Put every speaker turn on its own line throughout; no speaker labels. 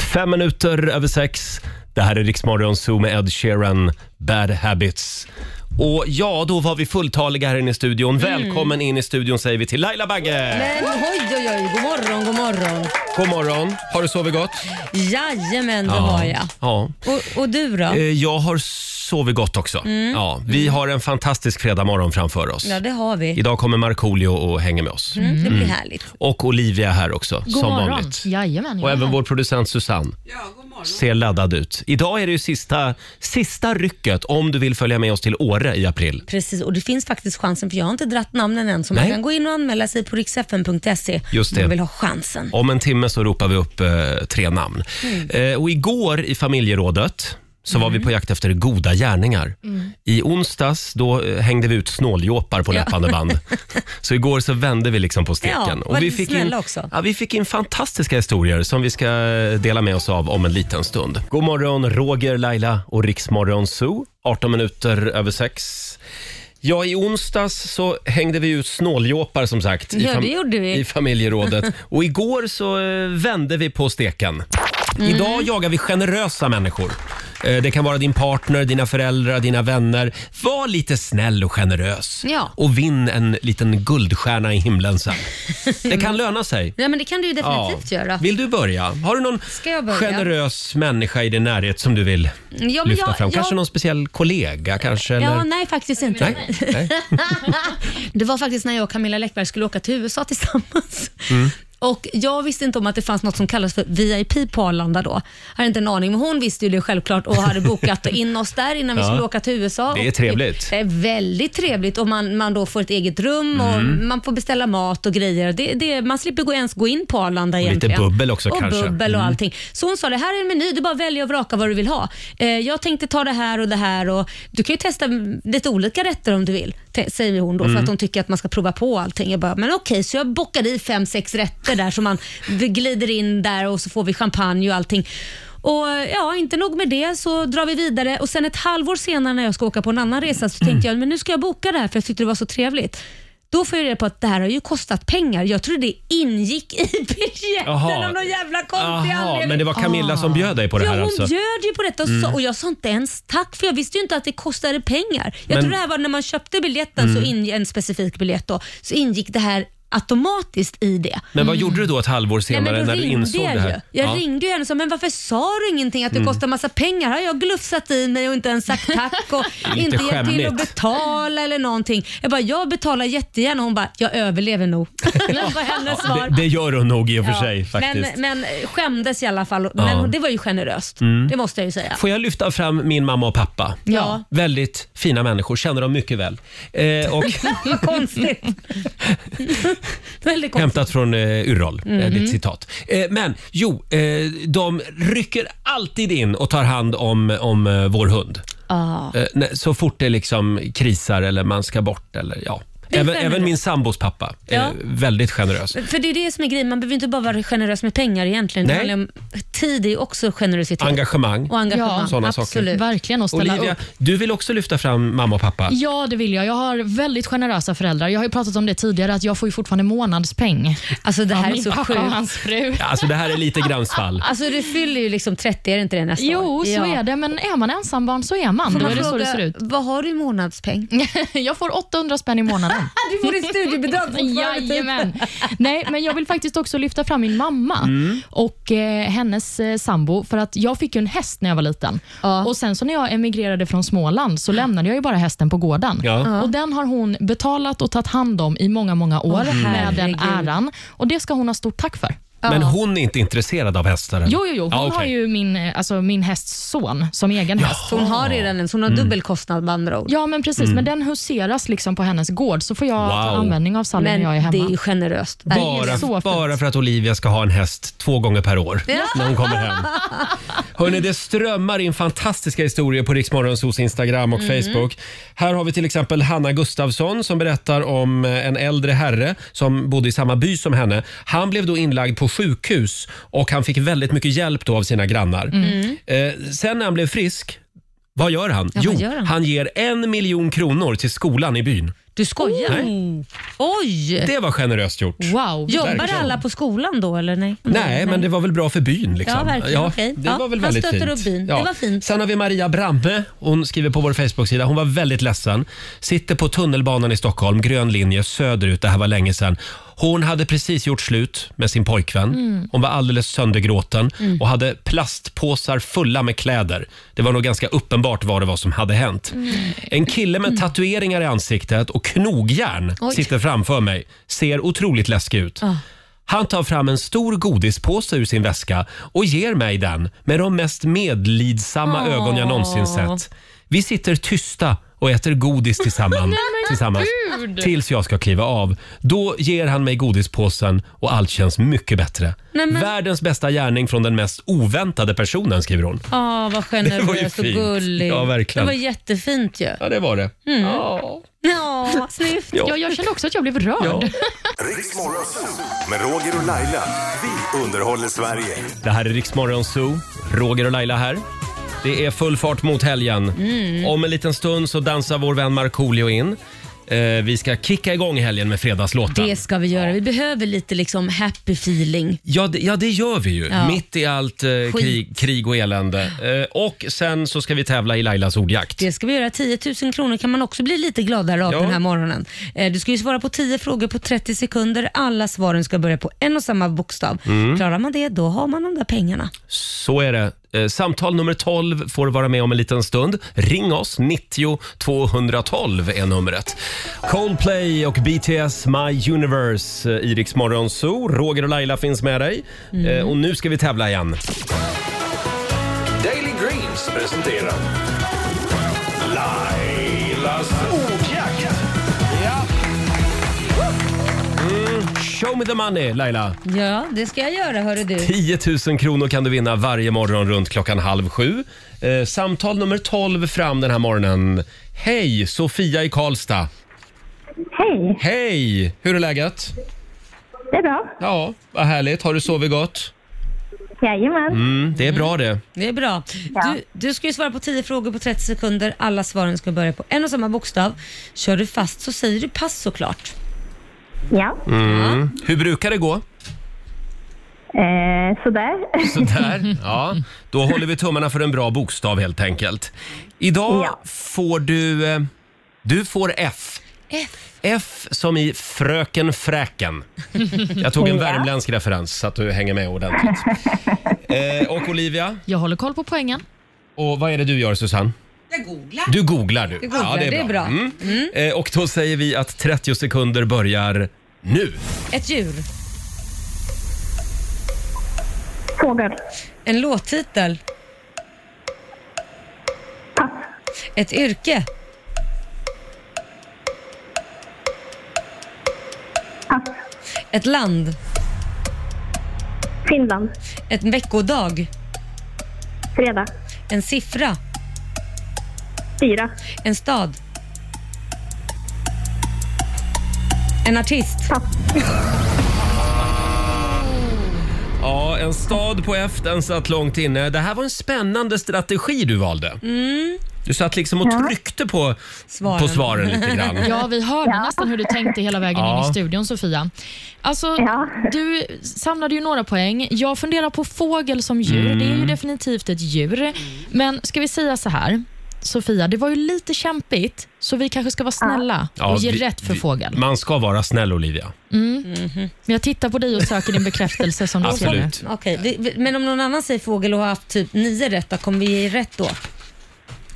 Fem minuter över sex. Det här är Riksmorgon Zoo med Ed Sheeran, Bad Habits. Och ja, då var vi fulltaliga här inne i studion.
Mm.
Välkommen in i studion säger vi till Laila Bagge!
Men oj, oj, oj. God morgon, god morgon.
God morgon! Har du sovit gott?
Jajamän, det har jag.
Ja.
Och, och du då?
Eh, Jag har sovit gott också. Ja, vi har en fantastisk fredagmorgon framför oss.
Mm. Ja, det har vi.
Idag kommer Markoolio och hänger med oss.
Mm, det blir härligt.
Och Olivia är här också,
God
som
morgon.
vanligt.
Jajamän,
Och
jag är
även
här.
vår producent Susanne ser laddad ut. Idag är det ju sista, sista rycket om du vill följa med oss till Åre i april.
Precis, och det finns faktiskt chansen för jag har inte dratt namnen än så man
Nej.
kan gå in och anmäla sig på riksfn.se
Just
om
det.
man vill ha chansen. Mm.
Om en timme så ropar vi upp eh, tre namn. Eh, och igår i familjerådet så var vi på jakt efter goda gärningar.
Mm.
I onsdags då eh, hängde vi ut snåljåpar på löpande band. Så igår så vände vi liksom på steken.
Ja,
vi
var lite
fick in,
snälla också.
Ja, vi fick in fantastiska historier som vi ska eh, dela med oss av om en liten stund. God morgon Roger, Laila och Riksmorgon Zoo. 18 minuter över sex. Ja, i onsdags så hängde vi ut snåljåpar som sagt. i
Ja,
fam-
det gjorde vi.
I familjerådet. Och igår så eh, vände vi på steken.
Mm.
Idag jagar vi generösa människor. Eh, Det kan vara din partner, dina föräldrar, dina vänner. Var lite snäll och generös.
Ja.
Och vinn en liten guldstjärna i himlen sen. Det kan löna sig.
Ja, men det kan du ju definitivt göra.
Vill du börja? Har du någon
Ska jag börja?
generös människa i din närhet som du vill
Ja, men
lyfta
jag-
fram?
jag-
Kanske någon speciell kollega? Kanske,
Ja,
eller?
nej faktiskt inte.
Nej? Nej.
Det var faktiskt när jag och Camilla Läckberg skulle åka till USA tillsammans.
Mm.
Och Jag visste inte om att det fanns något som kallas för VIP på Arlanda då. Jag hade inte en aning, men hon visste ju det självklart och hade bokat in oss där innan
Ja.
vi skulle åka till USA.
Det är
Och
trevligt.
Det är väldigt trevligt och man, man då får ett eget rum och
Mm.
man får beställa mat och grejer. Det, det, man slipper gå ens gå in på Arlanda
lite
egentligen.
bubbel också
och
kanske. Mm.
Bubbel och allting. Så hon sa det här är en meny, du bara väljer och vraka vad du vill ha. Eh, jag tänkte ta det här och det här och du kan ju testa lite olika rätter om du vill, te- säger hon då för att hon tycker att man ska prova på allting. Jag bara, men okej, så jag bockade i fem, sex rätter där så man glider in där och så får vi champagne och allting. Och ja, inte nog med det så drar vi vidare och sen ett halvår senare när jag ska åka på en annan resa så tänkte jag, men nu ska jag boka det här för jag tyckte det var så trevligt. Då får jag reda på att det här har ju kostat pengar. Jag trodde det ingick i biljetten
Jaha.
av någon jävla konstig
Jaha,
anledning. Ah.
men det var Camilla som bjöd dig på det
Ja,
här
hon
alltså?
bjöd ju på detta och, sa, och jag sa inte ens tack för jag visste ju inte att det kostade pengar. Jag
Men- Mm.
tror det här var när man köpte biljetten, så in, en specifik biljett då, så ingick det här automatiskt i det. Mm.
Men vad gjorde du då ett halvår senare
Nej, men då
när du
ringde
insåg
jag
det här?
Ju. Jag
Ja. Mm.
ringde ju henne och sa, men varför sa du ingenting att det kostar massa pengar? Har jag glufsat i mig och inte ens sagt tack och
lite
inte hjälpt till att
skämmigt.
betala eller någonting. Jag bara, jag betalar jättegärna. Hon bara, jag överlever nog. det var hennes svar.
Det, det gör hon nog i och för
Ja,
sig faktiskt.
Men, men eh, skämdes i alla fall.
Ja. Mm.
Men det var ju generöst. Det måste jag ju säga.
Får jag lyfta fram min mamma och pappa?
Ja.
Väldigt fina människor, känner dem mycket väl. Eh, och
Vad konstigt. Väldigt konstigt.
hämtat från eh, Yrrol, eh,
Mm.
ditt citat. Eh, men jo, eh, de rycker alltid in och tar hand om, om eh, vår hund.
Ah.
Eh, när- så fort det liksom krisar eller man ska bort. Eller, ja.
är
Även,
generöst.
även min sambos pappa är
Ja.
väldigt generös.
För det är det som är grejen, man behöver inte bara vara generös med pengar egentligen.
Nej.
Det handlar om, tid är ju också generositet.
Engagemang.
och engagemang.
Ja,
sådana saker.
Absolut.
Verkligen att ställa
Olivia,
upp.
du vill också lyfta fram mamma och pappa.
Ja, det vill jag. Jag har väldigt generösa föräldrar. Jag har ju pratat om det tidigare, att jag får ju fortfarande månadspeng.
Alltså det här är
Min
så
pappa och
sjukt.
hans fru.
Alltså det här är lite gränsfall.
Alltså du fyller ju liksom 30, är det inte det nästa
Jo,
år?
så är det, men är man ensambarn så är man.
Får
Då
man
är det så det
fråga,
ser ut.
vad har du i månadspeng?
Jag får 800 spänn i månaden.
Du får ditt studiebidrag typ.
Jajamän. Nej, men jag vill faktiskt också lyfta fram min
Mm.
mamma och eh, hennes eh, sambo. För att Jag fick ju en häst när jag var liten.
Ja.
Och Sen så när jag emigrerade från Småland så lämnade jag ju bara hästen på gården.
Ja.
Och Den har hon betalat och tagit hand om i många, många år
Åh,
med den
herregud.
äran. Och Det ska hon ha stort tack för.
Men hon är inte intresserad av hästar? eller?
Jo, jo, jo. Hon
Ja, okej.
har ju min, eh, alltså, min hästs son som egen häst.
Så hon har redan en, så hon
Mm.
har dubbel kostnad med andra ord.
Ja, men precis. Men den huseras liksom på hennes gård, så får jag ta
Wow.
användning av stallen när
Men
jag är
det är ju
hemma.
generöst.
Det är så
Bara,
fint.
bara för att Olivia ska ha en häst två gånger per år när hon kommer hem. Hörrni, det strömmar in fantastiska historier på Riksmorgonsos Instagram och Facebook. Här har vi till exempel Hanna Gustafsson som berättar om eh, en äldre herre som bodde i samma by som henne. Han blev då inlagd på sjukhus och han fick väldigt mycket hjälp då av sina grannar. Eh, sen när han blev frisk vad gör han?
Ja,
jo,
vad gör han?
han ger en miljon kronor till skolan i byn.
Du skojar? Oj!
Det var generöst gjort.
Wow.
Jobbar
verkligen.
alla på skolan då eller Mm. nej?
Nej, men det var väl bra för byn. Liksom.
Ja, verkligen. Okej.
Det
Ja,
var väl
han
väldigt
stöttar
fint.
upp byn. Det var fint.
Sen har vi Maria Bramme. Hon skriver på vår Facebook-sida. Hon var väldigt ledsen. Sitter på tunnelbanan i Stockholm, grön linje söderut. Det här var länge sedan. Hon hade precis gjort slut med sin pojkvän.
Mm.
Hon var alldeles söndergråten och hade plastpåsar fulla med kläder. Det var nog ganska uppenbart vad det var som hade hänt.
Mm.
En kille med tatueringar i ansiktet och knogjärn
Oj. Ah.
sitter framför mig. Ser otroligt läskig ut. Han tar fram en stor godispåse ur sin väska och ger mig den med de mest medlidsamma
Åh.
ögon jag någonsin sett. Vi sitter tysta och äter godis tillsammans, tillsammans tills jag ska kliva av. Då ger han mig godispåsen och allt känns mycket bättre.
Nej, men-
Världens bästa gärning från den mest oväntade personen, skriver hon.
Ja, vad
Det var ju
generös och
fint.
gullig.
Ja, verkligen.
Det var jättefint ju. Mm.
Ja, det var det. Ja.
Ja, snyft.
Ja, jag kände också att jag blev rörd.
Ja.
Riks Morgonzoo med Roger och Laila. Vi underhåller Sverige.
Det här är Riksmorgon Zoo. Roger och Laila här. Det är full fart mot helgen. Om en liten stund så dansar vår vän Markoolio in. Eh, vi ska kicka igång helgen med fredagslåten.
Det ska vi göra. Vi behöver lite liksom happy feeling.
Ja, det, ja, det gör vi ju.
Ja.
Mitt i allt eh, krig, krig och elände. Eh, och sen så ska vi tävla i Lailas ordjakt.
Det ska vi göra. 10 000 kronor kan man också bli lite gladare av
Ja.
den här morgonen. Eh, Du ska ju svara på 10 frågor på 30 sekunder. Alla svaren ska börja på en och samma bokstav. Klarar man det, då har man de där pengarna.
Så är det. Eh, samtal nummer 12 får vara med om en liten stund. Ring oss, 90 212 är numret. Coldplay och BTS My Universe eh, i Rix Morgon Zoo. Roger och Laila finns med dig. Eh, och nu ska vi tävla igen. Mm,
Daily Greens presenterar Lailas ordjakt. Ja.
Show me the money, Laila.
Ja, det ska jag göra hörru du.
10 000 kronor kan du vinna varje morgon runt klockan halv sju. Eh, samtal nummer 12 fram den här morgonen. Hej, Sofia i Karlstad.
Hej,
Hej! Hur är läget?
det är bra.
Ja, vad härligt. Har du sovit gott?
Jajamän.
Mm, det är bra det.
Det är bra. Du, du ska ju svara på 10 frågor på 30 sekunder. Alla svaren ska börja på en och samma bokstav. Kör du fast så säger du pass såklart.
Ja,
Mm. Hur brukar det gå?
eh, sådär.
Sådär. Ja, då håller vi tummarna för en bra bokstav helt enkelt. Idag
Ja.
får du... eh, Du får F.
F.
F som i Fröken Fräken. Jag tog en värmländsk referens så att du hänger med ordentligt. Eh, och Olivia,
Jag håller koll på poängen.
och vad är det du gör Susanne? Jag googlar. Du googlar du.
googlar, det är bra.
Mm. Eh, och då säger vi att 30 sekunder börjar nu.
Ett djur.
Fågel.
En låttitel.
Pass.
Ett yrke.
Pass.
Ett land.
Finland.
Ett veckodag.
Fredag.
En siffra.
Fyra.
En stad. En artist.
Pass.
Ja, en stad på F, den satt långt inne. Det här var en spännande strategi du valde. Du satt liksom och tryckte på svaren,
Svaren.
på svaren lite grann.
Ja, vi hörde nästan hur du tänkte hela vägen
Ja.
in i studion, Sofia. Alltså,
Ja.
Du samlade ju några poäng. Jag funderar på fågel som djur.
Mm.
Det är ju definitivt ett djur. Men ska vi säga så här, Sofia, det var ju lite kämpigt, så vi kanske ska vara snälla
Ja,
och ge
vi-
rätt för
vi-
fågel. Mm.
Man ska vara snäll, Olivia.
Men jag tittar på dig och söker din bekräftelse som du ser nu.
Absolut.
Okej, det- men om någon annan säger fågel och har haft typ nio rätt, då kommer vi ge rätt då?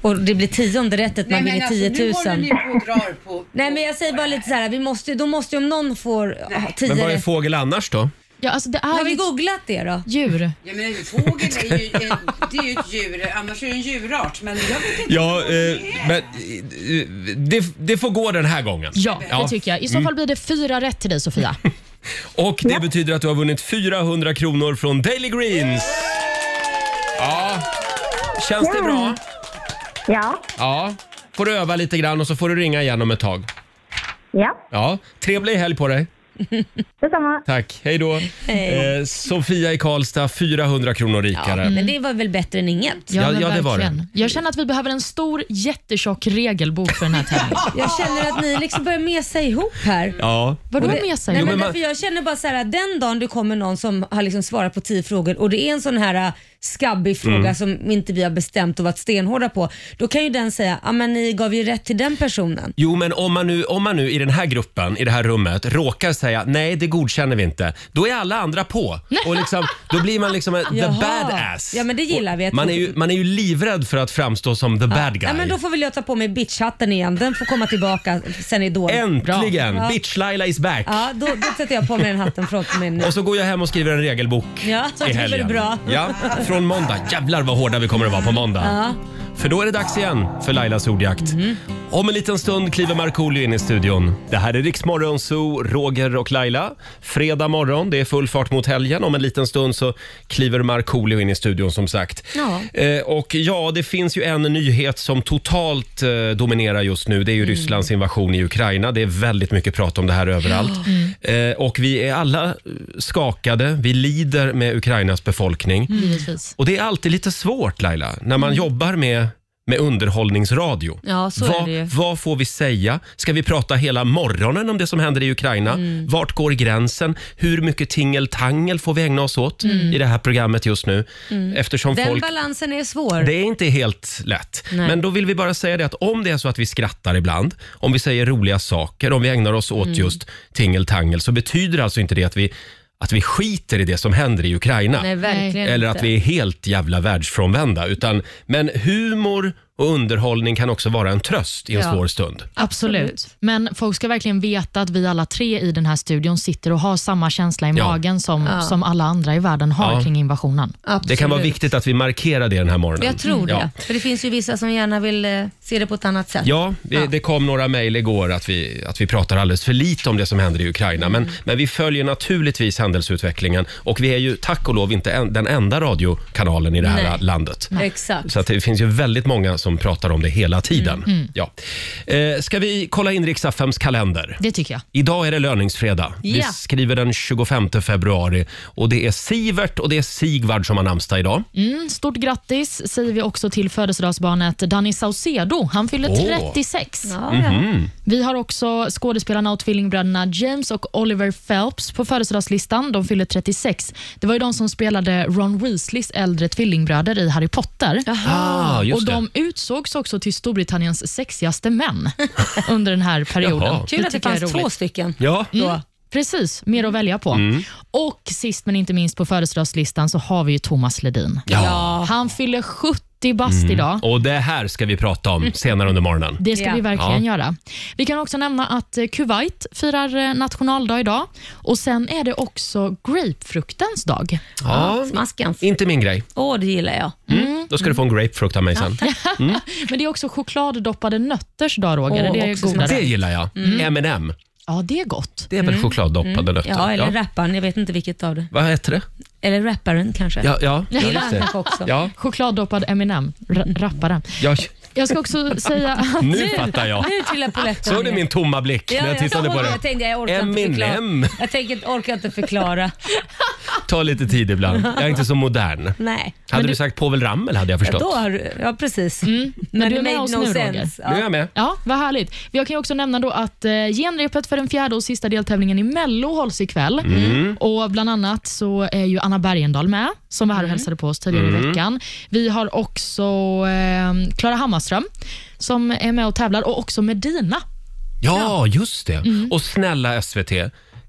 Och det blir tionde rättet, man vinner 10
alltså, nu håller
000.
ni på och drar på...
Nej men jag säger bara lite så här, vi måste, ju- då måste ju om någon får ha
Men
10
vad är
rätt.
fågel annars då?
Ja, alltså, det är
Har vi
ju ett
googlat det då?
djur.
Jag menar, fågel är ju, en, det är ju ett djur, annars är det en djurart. Men jag vet inte
Ja, eh,
vad det är.
men eh, det, får gå den här gången.
Ja, det tycker jag. I
Mm.
så fall blir det fyra rätt till dig, Sofia.
Och det betyder att du har vunnit 400 kronor från Daily Greens. Ja. Känns det bra?
Ja.
Ja. Får du öva lite grann och så får du ringa igen om ett tag.
Ja.
Ja. Trevlig helg på dig.
Detsamma.
Tack, hej då. Eh, Sofia i Karlstad, 400 kronor rikare.
Men det var väl bättre än inget?
Mm. Ja,
men
ja, det var det.
verkligen. Jag känner att vi behöver en stor, jättetjock regelbok för den här tävlingen.
Jag känner att ni liksom börjar mesa ihop här.
Ja.
Vadå
Och det-
med sig?
Nej, men
men man-
därför jag känner bara så här, att den dagen det kommer någon som har liksom svarat på tio frågor och det är en sån här äh, skabbig fråga
Mm.
som inte vi har bestämt och varit stenhårda på, då kan ju den säga ja men ni gav ju rätt till den personen.
Jo, men om man, nu, om man nu i den här gruppen, i det här rummet, råkar säga nej, det godkänner vi inte. Då är alla andra på. Och liksom, då blir man liksom en- the
Jaha.
badass.
Ja, men det gillar vi.
Och Man är, ju, man är ju livrädd för att framstå som the bad guy.
Ja, men då får väl jag ta på mig bitchhatten igen. Den får komma tillbaka sen Idol.
Äntligen!
Bra.
Bitch Laila is back.
Ja, då, då sätter jag på mig den hatten från mig nu.
Och så går jag hem och skriver en regelbok
Ja,
i
så blir det
helgen.
bra.
Ja, från måndag. Jävlar vad hårda vi kommer att vara på måndag. För då är det dags igen för Lailas ordjakt.
Mhm.
Om en liten stund kliver Markoolio in i studion. Det här är Riksmorgon Zoo, Roger och Laila. Fredag morgon, det är full fart mot helgen. Om en liten stund så kliver Markoolio in i studion som sagt.
Ja.
Eh, och ja, det finns ju en nyhet som totalt eh, dominerar just nu. Det är ju
Mm.
Rysslands invasion i Ukraina. Det är väldigt mycket prat om det här överallt.
Mm.
Eh, och vi är alla eh, skakade. Vi lider med Ukrainas befolkning.
Mm.
Givetvis.
Och det är alltid lite svårt Laila, när man jobbar med med underhållningsradio.
Ja, så är
vad,
det ju.
vad får vi säga? Ska vi prata hela morgonen om det som händer i Ukraina?
Mm.
Vart går gränsen? Hur mycket tingeltangel får vi ägna oss åt
Mm.
i det här programmet just nu? Eftersom
Den
folk
balansen är svår.
det är inte helt lätt.
Nej.
Men då vill vi bara säga det att om det är så att vi skrattar ibland, om vi säger roliga saker, om vi ägnar oss
Mm.
åt just tingeltangel så betyder det alltså inte det att vi, att vi skiter i det som händer i Ukraina.
Nej, verkligen
eller
inte.
att vi är helt jävla världsfrånvända. Utan, men humor och underhållning kan också vara en tröst i en
Ja.
svår stund.
Absolut. Men folk ska verkligen veta att vi alla tre i den här studion sitter och har samma känsla i
Ja.
magen som, som alla andra i världen har
Ja.
kring invasionen.
Det kan vara
Absolut.
viktigt att vi markerar det den här morgonen.
Jag tror det.
Ja.
För det finns ju vissa som gärna vill eh, se det på ett annat sätt.
Ja, det, det kom några mejl igår att vi, att vi pratar alldeles för lite om det som händer i Ukraina.
Mm.
Men, men vi följer naturligtvis händelseutvecklingen och vi är ju tack och lov inte en, den enda radiokanalen i det här
Nej.
landet.
Exakt.
Så att det finns ju väldigt många som pratar om det hela tiden.
Mm,
Ja. Eh, ska vi kolla in Riksaffems kalender?
Det tycker jag.
Idag är det löningsfredag. Vi
Ja.
skriver den 25 februari och det är Sivert och det är Sigvard som har namnsdag idag.
Mm, stort grattis säger vi också till födelsedagsbarnet Danny Saucedo. Han fyller
Åh.
36.
Ja, ja.
Vi har också skådespelarna och tvillingbröderna James och Oliver Phelps på födelsedagslistan. De fyller 36. Det var ju de som spelade Ron Weasleys äldre tvillingbröder i Harry Potter.
Ah, just
och
det.
De utsågs också till Storbritanniens sexigaste män under den här perioden.
Jaha.
Kul att det
tycker jag
fanns
är
två
roligt.
stycken.
Ja.
Mm, precis, mer att välja på.
Mm.
Och sist men inte minst på födelsedagslistan så har vi ju Thomas Ledin.
ja.
Han fyller 70 bast idag.
Mm. Och det här ska vi prata om senare under morgonen.
Det ska
Ja.
vi verkligen göra. Vi kan också nämna att eh, Kuwait firar eh, nationaldag idag och sen är det också grapefruktens dag.
Ja, Mm,
Smaskens.
inte min grej.
Åh, det gillar jag. Mm.
Då ska du få en grapefrukt av mig sen. Mm.
Men det är också chokladdoppade nötters dag, Roger.
Åh,
det är
också
Det
godare.
gillar jag. M&M.
Ja, det är gott.
Det är väl chokladdoppade nötter?
Mm. Ja, eller
Ja.
rapparen. Jag vet inte vilket av det.
Vad heter det?
Eller rapparen kanske.
Ja, ja, ja
Gillar
just
han
det.
kanske också. Mm.
Ja,
Chokladdoppad Eminem, ra- rapparen.
jag,
Jag ska också säga att
nu fattar jag.
Nu trillar polletten
Såg du
ner.
min tomma blick när jag tittade
såg
på
Jag
dig?
tänkte jag orkar inte
Eminem.
förklara. Jag tänker, orkar inte förklara.
Ta lite tid ibland. Jag är inte så modern.
Nej.
Hade du sagt Povel Ramel hade jag förstått.
Då har du, ja precis.
Men
Men
du är
det
med
made
oss
no
nu, Roger.
sense.
Nu är
Ja.
jag med.
Ja, vad härligt. Jag kan ju också nämna då att eh, genrepet för den fjärde och sista deltävlingen i Mello hålls ikväll.
Mm.
Och bland annat så är ju Anna Bergendahl med, som var här och
Mm.
hälsade på oss tidigare
Mm.
i veckan. Vi har också eh, Klara Hammarström som är med och tävlar och också Medina.
Ja, just det. Och snälla SVT,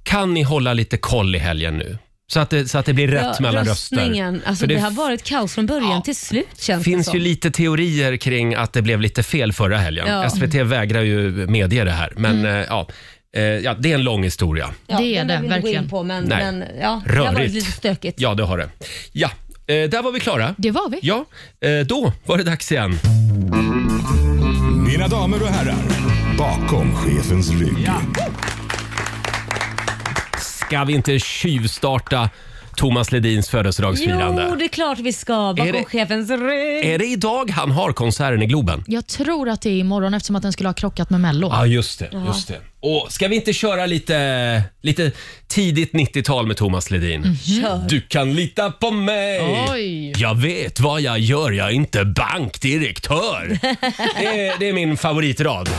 kan ni hålla lite koll i helgen nu? Så att det, så att det blir rätt med alla röster.
röstningen. Alltså,
För
det,
det
har varit kaos från början till slut känns det
finns
som.
ju lite teorier kring att det blev lite fel förra helgen.
Ja. Mm.
SVT vägrar ju medge det här. Men eh, ja, eh, ja, det är en lång historia.
Ja,
Det är
den
det,
behöver vi inte Gå
verkligen.
in på, men,
Nej.
men ja, det har varit
Rörigt.
lite stökigt.
Ja, det har det. Ja, eh, där var vi klara.
Det var vi.
Ja, eh, då var det dags igen.
Mina damer och herrar,
Bakom chefens rygg.
Ska vi inte tjuvstarta Thomas Ledins födelsedagsfirande.
Jo, det är klart vi ska.
Är
Bakom
det-
chefens rygg.
Är det idag han har konserten i Globen?
Jag tror att det är imorgon eftersom att den skulle ha krockat med Mello.
Ja, just det. Just det. Och ska vi inte köra lite, lite tidigt 90-tal med Thomas Ledin?
Kör.
Du kan lita på mig!
Oj.
Jag vet vad jag gör, jag är inte bankdirektör. det, är, det är min favoritrad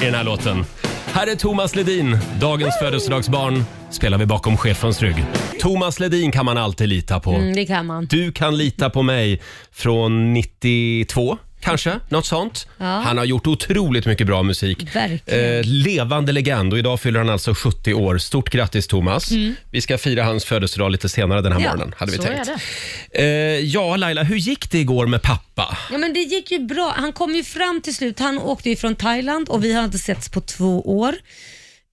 i den här låten. Här är Thomas Ledin, dagens födelsedagsbarn. Spelar vi bakom chefens rygg. Thomas Ledin kan man alltid lita på.
Mm, det kan man.
Du kan lita på mig från 92. Kanske, något sånt. Han har gjort otroligt mycket bra musik.
Verkligen.
Eh, levande legend och idag fyller han alltså 70 år. Stort grattis Thomas. Vi ska fira hans födelsedag lite senare den här
Mm. Ja,
morgonen, hade vi
så
tänkt.
är
Eh, ja, Laila, hur gick det igår med pappa?
Ja, men det gick ju bra. Han kom ju fram till slut. Han åkte ju från Thailand och vi har inte setts på två år.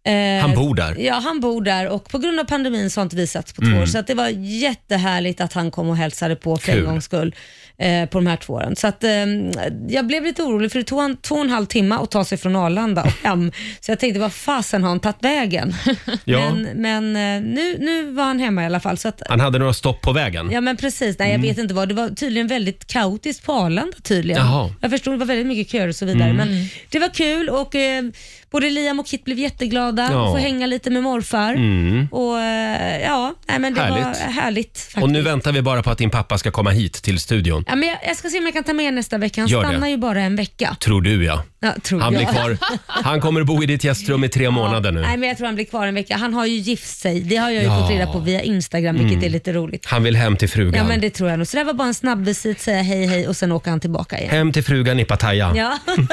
Eh,
Han bor där. Mm.
Ja, han bor där och på grund av pandemin så har inte vi setts på två år. Så att det var jättehärligt att han kom och hälsade på för
Kul.
en gångs skull eh, på de här två åren. Så att, eh, jag blev lite orolig för det tog han två och en halv timme att ta sig från Arlanda och hem. Så jag tänkte, vad fasen har han tagit vägen?
Ja.
Men, men eh, nu, nu var han hemma i alla fall. Så att,
Han hade några stopp på vägen.
Ja men precis,
Mm.
nej jag vet inte vad. Det var tydligen väldigt kaotiskt på Arlanda tydligen.
Jaha. Mm.
Jag förstod det var väldigt mycket köer och så vidare. Men det var kul och eh, både Liam och Kit blev jätteglada och
Ja. Mm.
få hänga lite med morfar. Och eh, ja, nej, men det
Härligt.
var härligt faktiskt.
Och nu väntar vi bara på att din pappa ska komma hit till studion.
ja, men jag, jag ska se om jag kan ta med er nästa vecka. Han
Gör det.
stannar ju bara en vecka.
Tror du ja.
Ja, tror
Han
jag.
blir kvar. Han kommer bo i ditt gästrum i tre månader nu.
Nej, men jag tror han blir kvar en vecka. Han har ju gift sig. Det har jag ju
Ja. Mm.
fått reda på via Instagram, vilket är lite roligt.
Han vill hem till
Ja, men
frugan.
det tror jag nog. Så det var bara en snabb visit, säga hej hej och sen åker han tillbaka igen.
Hem till frugan i Pattaya.
Ja.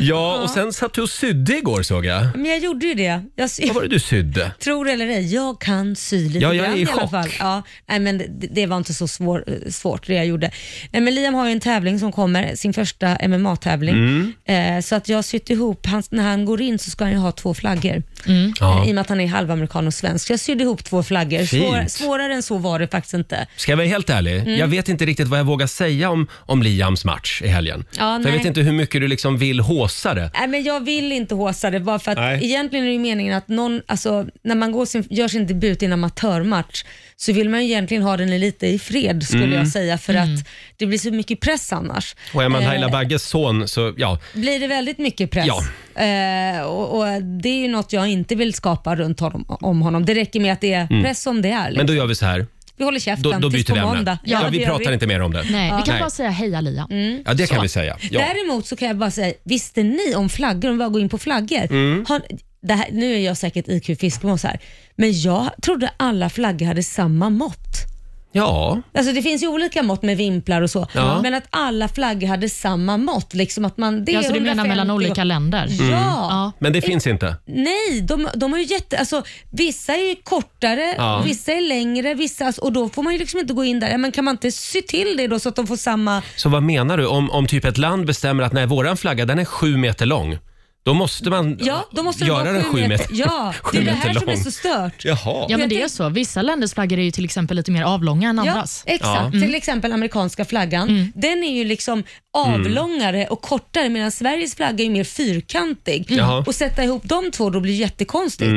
Ja, och sen satt du och sydde igår såg jag.
Men jag gjorde ju det. Jag,
Vad var det du sydde?
tror det eller ej, jag kan sy lite
Ja, jag är
grann
i
i alla
chock.
fall. Ja, nej, men det, det var inte så svår, svårt det jag gjorde. Nej, men Liam har ju en tävling som kommer, sin första MMA-tävling.
Mm.
Eh, så att jag har sytt ihop, han, när han går in så ska han ju ha två flaggor.
Ja.
Eh, I och med att han är halvamerikan och svensk. Så jag sydde ihop två flaggor.
Fint.
Svår, svårare än så var det faktiskt inte.
Ska jag vara helt ärlig?
Mm.
Jag vet inte riktigt vad jag vågar säga om, om Liams match i helgen.
Ja,
För jag
nej.
vet inte hur mycket du liksom vill håsa det.
Nej, men jag vill inte håsa det bara för att
Nej.
egentligen är det ju meningen att någon, alltså, när man går sin, gör sin debut i en amatörmatch så vill man ju egentligen ha den lite i fred skulle jag säga för
Mm.
att det blir så mycket press annars.
Mm. Och är man
Eh,
Laila Bagges son så, ja.
blir det väldigt mycket press.
Ja.
Eh, och, och Det är ju något jag inte vill skapa runt honom, om honom. Det räcker med att det är press som det är.
Mm. Men
Liksom.
då gör vi så här.
vi håller
Då, då
käften tills
byter
på
vi ämne.
måndag.
Ja,
det
vi
gör Mm.
pratar inte mer om det.
Nej, vi kan
Nej.
bara säga heja Lia.
Ja, det kan vi säga. Ja.
Däremot så kan jag bara säga, visste ni om flaggor, om vi bara går in på flaggor.
Mm.
Har, det här, nu är jag säkert IQ Fiskmås här, men jag trodde alla flaggor hade samma mått.
ja.
Alltså det finns ju olika mått med vimplar och så,
Ja.
men att alla flaggor hade samma mått. Liksom att man, det är
Ja, så du menar
150
mellan olika länder? Mm.
Ja.
Ja.
Mm. Men det finns inte.
Nej, de, de har ju jätte... Alltså, vissa är ju kortare,
Ja.
vissa är längre vissa, alltså, och då får man ju liksom inte gå in där. Ja, Men kan man inte se till det då så att de får samma...
Så vad menar du? Om, om typ ett land bestämmer att nej, våran flagga den är sju meter lång. Då måste man
Ja, då måste de
göra
vara
den sju meter.
Ja,
sju
det är det
meter
här som är
lång.
så stört.
Jaha.
Ja, men
Jag
det är
tänk-
så. Vissa länders flaggor är ju till exempel lite mer avlånga än andras. Mm.
Ja, exakt. Till exempel amerikanska flaggan. Den är ju liksom
Mm.
avlångare och kortare medan Sveriges flagga är ju mer fyrkantig.
Mm. Jaha. Mm.
Och sätta ihop de två då blir det jättekonstigt.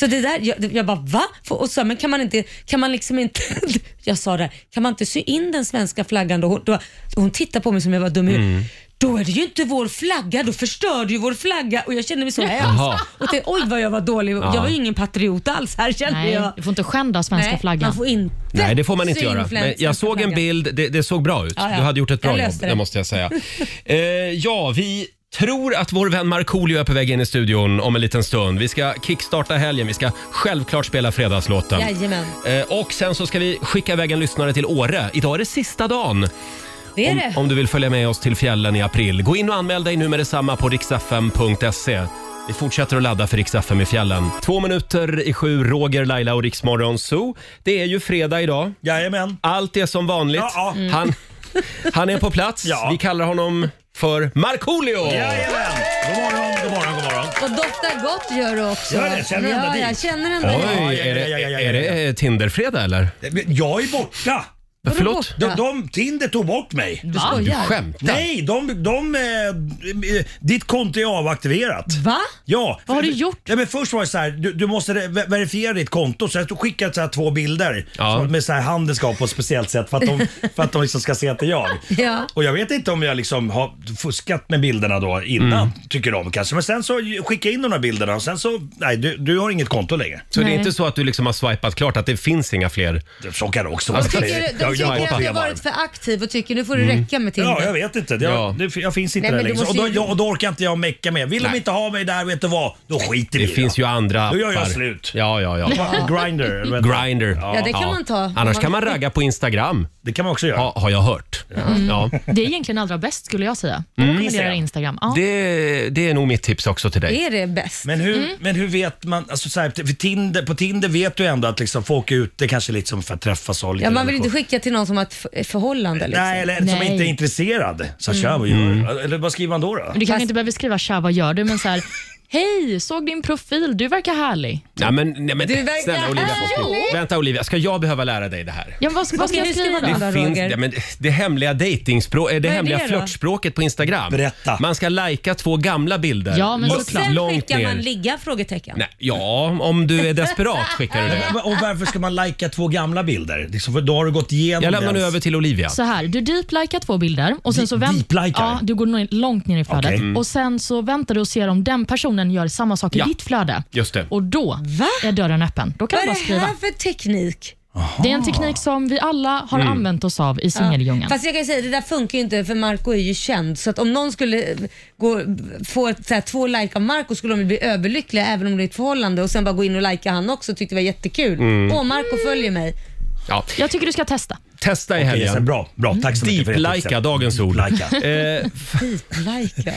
Så det där, jag, jag bara va? Får- Och så, men kan man inte, kan man liksom inte, jag sa det, här, kan man inte sy in den svenska flaggan då? Hon, då, hon tittar på mig som jag var dum i
Mm.
huvudet. Då är det ju inte vår flagga, då förstör du ju vår flagga. Och jag kände mig så
Jaha.
hemskt. Och tänkte, oj vad jag var dålig. Jag var ju ingen patriot alls här kände
Nej,
jag.
du får inte skända svenska
Nej,
flaggan.
man får inte
Nej, det får man inte
sy
göra. Men
influensen
jag
på
såg en
flaggan.
bild, det, det såg bra ut.
Ja, ja.
Du hade gjort ett bra
Jag
jobb,
löste
det.
det.
måste jag säga. eh, ja, vi tror att vår vän Markoolio är på väg in i studion om en liten stund. Vi ska kickstarta helgen, vi ska självklart spela fredagslåten.
Jajamän.
Eh, och sen så ska vi skicka iväg en lyssnare till Åre. Idag är det sista dagen.
Det är
Om,
det.
om du vill följa med oss till fjällen i april, gå in och anmäl dig nu med detsamma på riksfm.se. Vi fortsätter att ladda för Riks-FM i fjällen. Två minuter i sju, Roger, Laila och Riksmorgon Zoo. Det är ju fredag idag.
Jajamän.
Allt är som vanligt.
Ja, ja.
Mm.
Han, han är på plats.
Ja.
Vi kallar honom för Markoolio!
Jajamän. God morgon, god morgon, god morgon.
Och doftar gott gör du också.
Gör det? Känner du ända
ja,
dit?
jag känner den
Oj,
ja, ja,
där.
är det,
ja, ja, ja,
är det Tinderfredag eller?
Jag är borta.
Var du
Förlåt?
borta?
De, de, Tinder tog bort mig.
Va?
Du skämtar?
Nej, de, de, eh, ditt konto är avaktiverat.
Va?
Ja.
Vad har du gjort?
Ja, men först var det så här, du, du måste re- ver- verifiera ditt konto. Så jag skickade så här två bilder
Ja.
som med så här handskap på ett speciellt sätt för att de, för att de liksom ska se att det är jag.
Ja.
Och jag vet inte om jag liksom har fuskat med bilderna då innan,
Mm.
tycker de kanske. Men sen så skickade jag in de här bilderna och sen så, nej du, du har inget konto längre.
Så det
Nej.
är inte så att du liksom har swipat klart att det finns inga fler? Alltså,
Så kan det också
De
vara.
Tycker,
Jag-
du-
jag-
de tycker
jag-
att du har varit för aktiv och tycker nu får det räcka med Tinder.
Ja, jag vet inte. Jag,
Ja.
det, jag finns inte
Nej,
där
men du
längre. Och då,
måste ju-
jag, och då orkar inte jag mecka med. Vill de
Nej.
inte ha mig där, vet du vad? Då skiter vi
Det
i
finns ju andra appar.
Då gör jag slut.
Ja, ja, ja.
Grinder.
Grinder.
Ja, det kan man ta. Om
Annars
man-
kan man ragga på Instagram,
Det kan man också göra.
ha, har jag hört.
Mm.
Ja.
Mm.
Mm.
Det är egentligen allra bäst skulle jag säga. Jag rekommenderar Instagram. Ja.
Det, det är nog mitt tips också till dig.
Är Mm. det bäst?
Men hur,
Mm.
Mm.
men hur vet man, alltså så här, för Tinder, på Tinder vet du ändå att liksom folk är ute kanske liksom för att träffas och lite
ja, man vill inte
relation.
skicka till någon som har ett f- förhållande. Liksom.
Nej, eller som
Nej.
inte är intresserad. Så
Mm.
här, tja, vad gör du? Eller vad skriver man då? då?
Du kanske
Fast-
inte behöver skriva “tja, vad gör du?” men så här “Hej, såg din profil, du verkar härlig”.
Nej, men, nej, men,
Du verkar
snälla Olivia.
härlig.
Vänta Olivia, ska jag behöva lära dig det här?
Ja, men vad, vad ska
Okej,
jag
hur
skriva
skriver
då?
du?
Det,
Andra
finns,
Roger.
ja, men det hemliga dejtingspråk, eh, det
är
hemliga
det då?
flörtspråket på Instagram.
Berätta.
Man ska lajka två gamla bilder.
Ja, men
L-
Och sen
Långt
skickar
ner.
man ligga? Frågetecken.
Nej, ja, om du är desperat skickar du det.
Men- Och varför ska man lajka två gamla bilder? Liksom, för då har du gått igenom
Jag lämnar nu
den.
över till Olivia.
Så här, du deep-likar två bilder och sen så
Deep-
vänt-
deep-likar?
ja, du går nog långt ner i flödet Mm.
Okej.
och sen så väntar du och ser om den personen gör samma sak i
Ja.
ditt flöde.
Just det.
Och då är dörren öppen. Då kan
Vad
du
är
bara
det
skriva.
här för teknik?
Det är en teknik som vi alla
Mm.
har använt oss av i singeldjungeln.
Fast jag kan ju säga det där funkar ju inte för Marco är ju känd. Så att om någon skulle eh, gå, få ett, så här, två like av Marco skulle de bli överlyckliga även om det är ett förhållande och sen bara gå in och likea han också tyckte det var jättekul. Åh, Marco följer mig.
Ja.
Jag tycker du ska testa.
Testa i
Okej, så här,
helgen.
bra, bra. Tack så mycket för det
Deep-lika,
tipset.
dagens ord.
Deep-lika.
Eh,
Likea.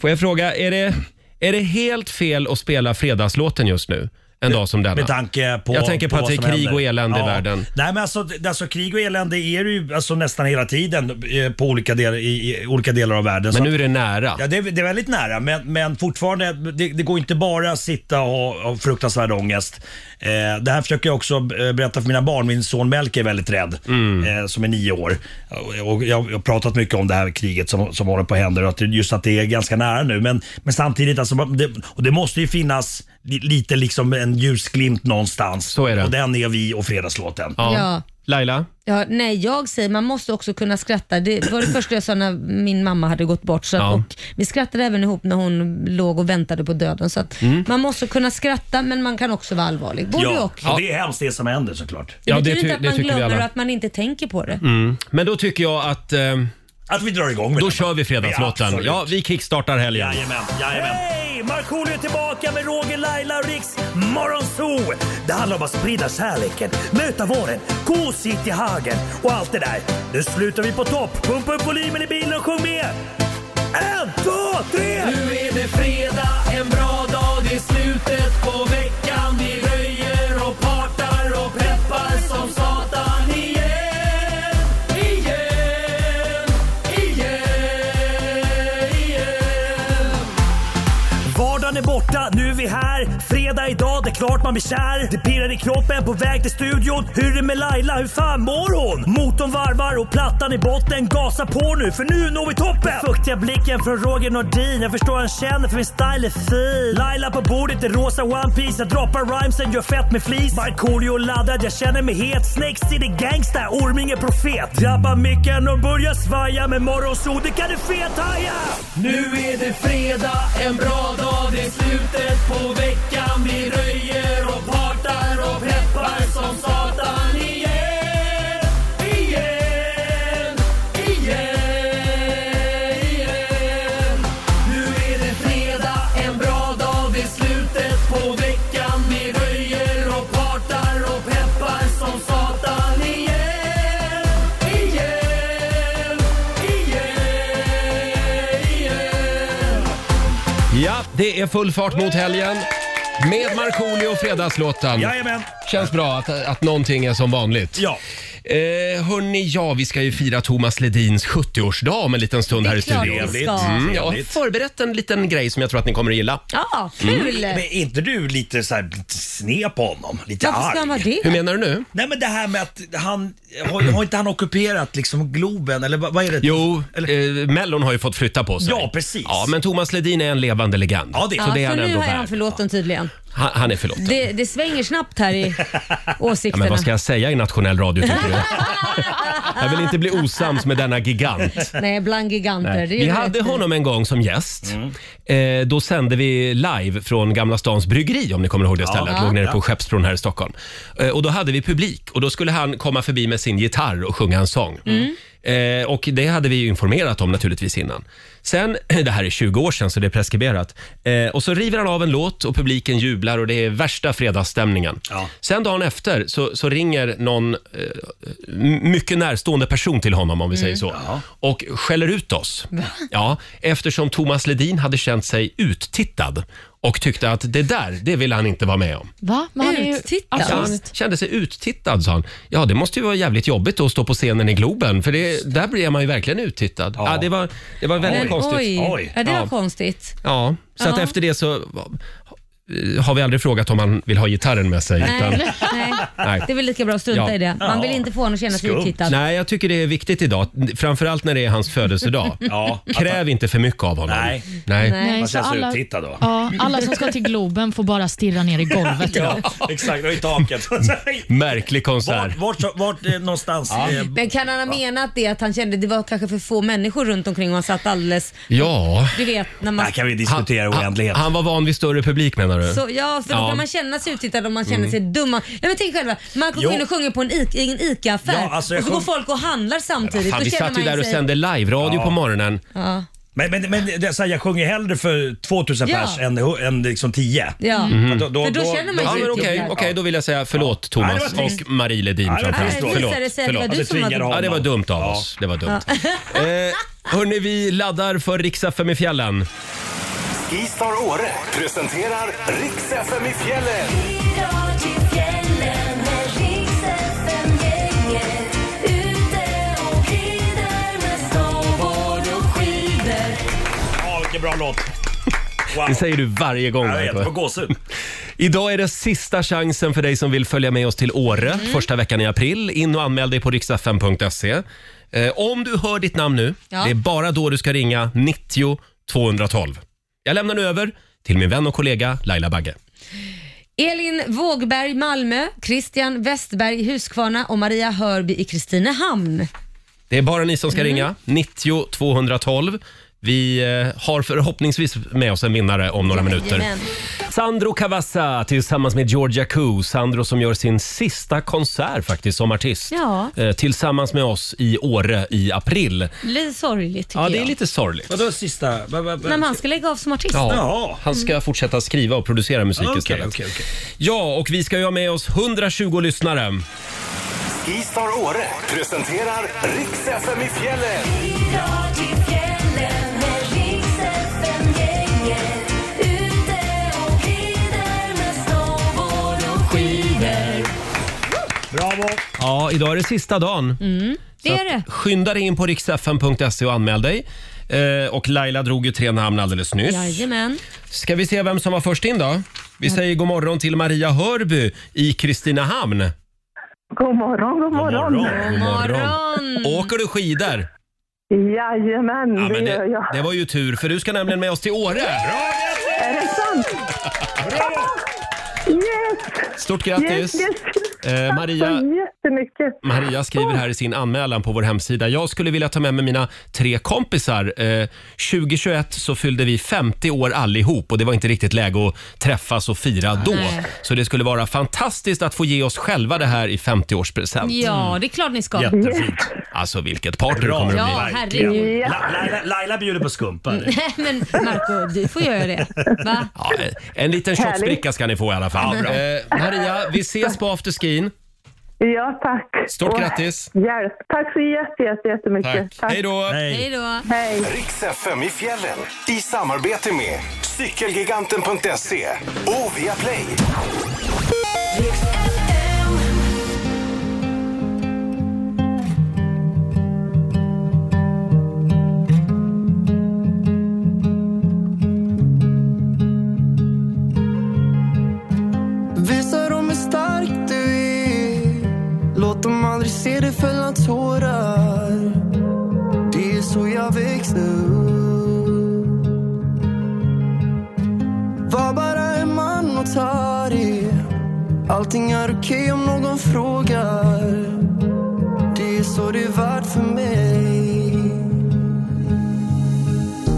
Får jag fråga, är det, är det helt fel att spela fredagslåten just nu? En dag som denna?
Med tanke på
Jag tänker på,
vad
att det är
som
krig
händer.
och elände i världen.
Nej, men alltså, det- alltså, krig och elände är det ju alltså, nästan hela tiden eh, på olika del, i, i olika delar av världen.
Men
Så
nu är det nära.
Ja, det är, det är väldigt nära, men, men fortfarande, det, det går inte bara att sitta och ha ha fruktansvärd ångest. Eh, det här försöker jag också eh, berätta för mina barn. Min son Melker är väldigt rädd,
Mm.
eh, som är nio år. Och, och jag, jag har pratat mycket om det här kriget som, som håller på att hända och att det- just att det är ganska nära nu. Men, men samtidigt, alltså, man- det, och det måste ju finnas li- lite liksom en ljusglimt någonstans.
Så är det.
Och den är vi och Fredagslåten.
Ja.
Ja.
Laila?
Ja, nej, jag säger man måste också kunna skratta. Det var det första jag sa när min mamma hade gått bort. Så att,
Ja.
och vi skrattade även ihop när hon låg och väntade på döden. Så att
Mm.
Man måste kunna skratta men man kan också vara allvarlig. Både
Ja,
och.
och det är hemskt det som händer såklart.
Det betyder
ty-
inte att man glömmer och att man inte tänker på
Mm.
det.
Men då tycker jag att eh,
Att vi drar igång med
då
det.
kör vi fredagslåten.
absolut.
Ja, vi kickstartar helgen.
Jajamän, jajamän. Hej! Markoolio är tillbaka med Roger, Laila och Riks Morgonzoo! Det handlar om att sprida kärleken, möta våren, gosigt i hagen och allt det där. Nu slutar vi på topp! Pumpa upp volymen i bilen och sjung med! En, två, tre! Nu är det fredag, en bra dag, det är slutet på veckan. Vi röjer och partar och peppar som satan igen, igen, igen, igen. Vardagen är borta, nu är vi här. Fredag idag, det är klart man blir kär. Det pirrar i kroppen på väg till studion. Hur är det med Laila, hur fan mår hon? Motorn varvar och plattan i botten. Gasa på nu, för nu når vi toppen! Den fuktiga blicken från Roger Nordin. Jag förstår han känner, för min style är fin. Laila på bordet i rosa One Piece Jag droppar rhymesen, gör fett med flis. Markoolio laddad, jag känner mig het. Snakes city gangsta, Orminge profet. Drabbar micken och börjar svaja. Med morgonsol, det kan du fethaja! Nu är det fredag, en bra dag. Det är slutet på veckan. Vi röjer och partar och peppar som satan igen. Igen, igen, igen. Nu är det fredag, en bra dag. Det är slutet på veckan. Vi röjer och partar och peppar som satan igen. Igen, igen, igen.
Ja, det är full fart mot helgen. Med Markoolio och fredagslåten.
Jajamän.
Känns bra att, att någonting är som vanligt.
Ja.
Eh, hörni, ja, vi ska ju fira Thomas Ledins 70-årsdag om en liten stund
Det är
här i
klart
studion.
vi ska.
Mm, jag har förberett en liten grej som jag tror att ni kommer att gilla. Mm.
Ja, kul!
Men är inte du lite så här, lite sned på honom? Lite
Varför
arg?
ska han vara det?
Hur menar du nu?
Nej men det här med att han, har, har inte han ockuperat liksom Globen eller vad vad är det?
Jo,
Eller,
eh, Mellon har ju fått flytta på sig.
Ja, precis.
Ja, men Thomas Ledin är en levande legend.
Ja, det är
Så
han.
det är
ja, så
han
nu
ändå
är
värd.
han förlåten tydligen.
Han, han är förlåten.
Det, det svänger snabbt här i
Ja, men
åsikterna.
vad ska jag säga i nationell radio tycker du? Jag vill inte bli osams med denna gigant.
Nej, bland giganter.
Nej.
Det är
Vi
ju
hade
rätt.
honom en gång som gäst. Eh, då sände vi live från Gamla stans bryggeri om ni kommer ihåg det stället. Låg nere på Skeppsbron här i Stockholm. Eh, och då hade vi publik och då skulle han komma förbi med sin gitarr och sjunga en sång. Eh, och det hade vi ju informerat om naturligtvis innan. Sen, det här är 20 år sedan så det är preskriberat. Eh, och så river han av en låt och publiken jublar och det är värsta fredagsstämningen.
Ja.
Sen dagen efter så, så ringer någon eh, m- mycket närstående person till honom om vi säger så och skäller ut oss. Ja, eftersom Thomas Ledin hade känt sig uttittad och tyckte att det där, det ville han inte vara med om.
Va? Men han är ju
Uttittad.
Ja, Alltså, han
artist.
kände sig uttittad sa han. Ja, det måste ju vara jävligt jobbigt att stå på scenen i Globen för det, där blir man ju verkligen uttittad. Ja.
Ja.
det, var, det var väldigt
Men
konstigt.
oj,
Oj.
Ja, det var
Ja.
konstigt.
Ja, så att
Ja.
efter det så eh, har vi aldrig frågat om han vill ha gitarren med sig. Utan,
Nej, nej.
Nej.
det är väl lika bra att strunta
Ja.
i det. Man vill inte få honom att känna sig
Skumt.
uttittad.
Nej, jag tycker det är viktigt idag. Framförallt när det är hans födelsedag.
Ja, att
Kräv inte för mycket av honom.
Nej.
Nej.
Nej.
Nej,
man
så
känns
alla,
uttittad då.
ja, alla som ska till Globen får bara stirra ner i
Mm.
golvet idag.
Exakt, och i taket.
Märklig konsert.
vart, vart, vart eh, någonstans? eh,
Men kan han ha menat det att han kände det var kanske för få människor runt omkring och han satt alldeles...
Ja.
Du vet när man...
Här kan vi diskutera oändlighet.
han var van vid större publik menar du?
Så, ja, för
Ja.
då
Mm.
kan man känna sig uttittad om man känner sig dum. Nej, men tänk själva, man går
Jo.
in och sjunger på en, I- i en ICA-affär
Ja, alltså, jag
och så går
sjung-
folk och handlar samtidigt.
Fan,
Då
vi
känner
satt ju
man
där och
sig-
sände live-radio
Ja.
på morgonen.
Ja.
Men, men, men det, är så här, jag sjunger hellre för 2000
Ja.
pers än, än liksom 10.
Ja.
Då,
För då känner man
Ja,
sig
men okej,
Ja.
okej, då vill jag säga förlåt Thomas
Ja, det var trist.
och Marie Ledin
Ja, det var
framförallt.
trist då.
Förlåt,
Visade det sig att det var
förlåt.
du som var
Ja, det var dumt av oss. Det var dumt. Eh, hörni, vi laddar för riksdag fem i fjällen.
Skistar Åre presenterar riks FM i fjällen.
Ja, vilken bra låt. Wow.
Det säger du varje gång.
Jag vet,
Marco.
jag får gåshud.
Idag är det sista chansen för dig som vill följa med oss till Åre
Mm.
första veckan i april. In och anmäl dig på riksfm.se. Eh, om du hör ditt namn nu,
Ja.
det är bara då du ska ringa 90 212. Jag lämnar nu över till min vän och kollega Laila Bagge.
Elin Wågberg, Malmö, Christian Westberg, Huskvarna och Maria Hörby i Kristinehamn.
Det är bara ni som
Mm.
ska ringa, 90 212. Vi eh, har förhoppningsvis med oss en vinnare om några minuter.
Jajamän.
Sandro Cavazza tillsammans med Georgia Koo. Sandro som gör sin sista konsert faktiskt som artist.
Ja.
Eh, Tillsammans med oss i Åre i april.
Lite sorgligt tycker
Ja, det är
jag.
lite sorgligt.
Vadå sista? Va, va,
När
va?
man Mm. ska lägga av som artist.
Ja,
Jaha.
han ska fortsätta skriva och producera musik
Okej,
istället.
okej, okej.
Ja, och vi ska ju ha med oss 120 lyssnare.
Skistar Åre presenterar riks FM i fjällen.
Bravo.
Ja, idag är det sista dagen.
Mm, det är det.
Skynda dig in på riksfn.se E och anmäl dig. Eh, och Laila drog ju tre namn alldeles nyss.
Jajamän.
Ska vi se vem som var först in då? Vi säger god morgon till Maria Hörby i Kristinehamn.
God morgon, god morgon.
God morgon.
Åker du skidor?
Jajamän,
Ja,
det
euh,
men
gör
det,
jag.
det var ju tur för du ska nämligen med oss till Åre.
Är det sant? Yes!
Stort
Yes,
grattis!
yes.
Eh, Maria,
Tack så jättemycket.
Maria skriver här i sin anmälan på vår hemsida. Jag skulle vilja ta med mig mina tre kompisar. Eh, 2021 så fyllde vi 50 år allihop och det var inte riktigt läge att träffas och fira då.
Nej.
Så det skulle vara fantastiskt att få ge oss själva det här i 50-årspresent.
Ja, det är klart ni ska.
Jättefint.
Alltså vilket party det
Bra.
kommer att bli. Mm.
Ja, herregud.
La, Laila, Laila bjuder på skumpa. nu.
Nej, men Marco, du får göra det. Va?
Ja, en liten shotsbricka ska ni få i alla fall.
Ja, bra.
eh, Maria, vi ses på afterskin.
Ja, tack.
Stort
Och
grattis.
Hjälp. Tack så jätte, jätte, jättemycket.
Tack. Hej då.
Hej
Nej.
då.
Hej.
Riks FM i fjällen i samarbete med cykelgiganten.se och Viaplay.
Allting är okej om någon frågar Det är så det är värt för mig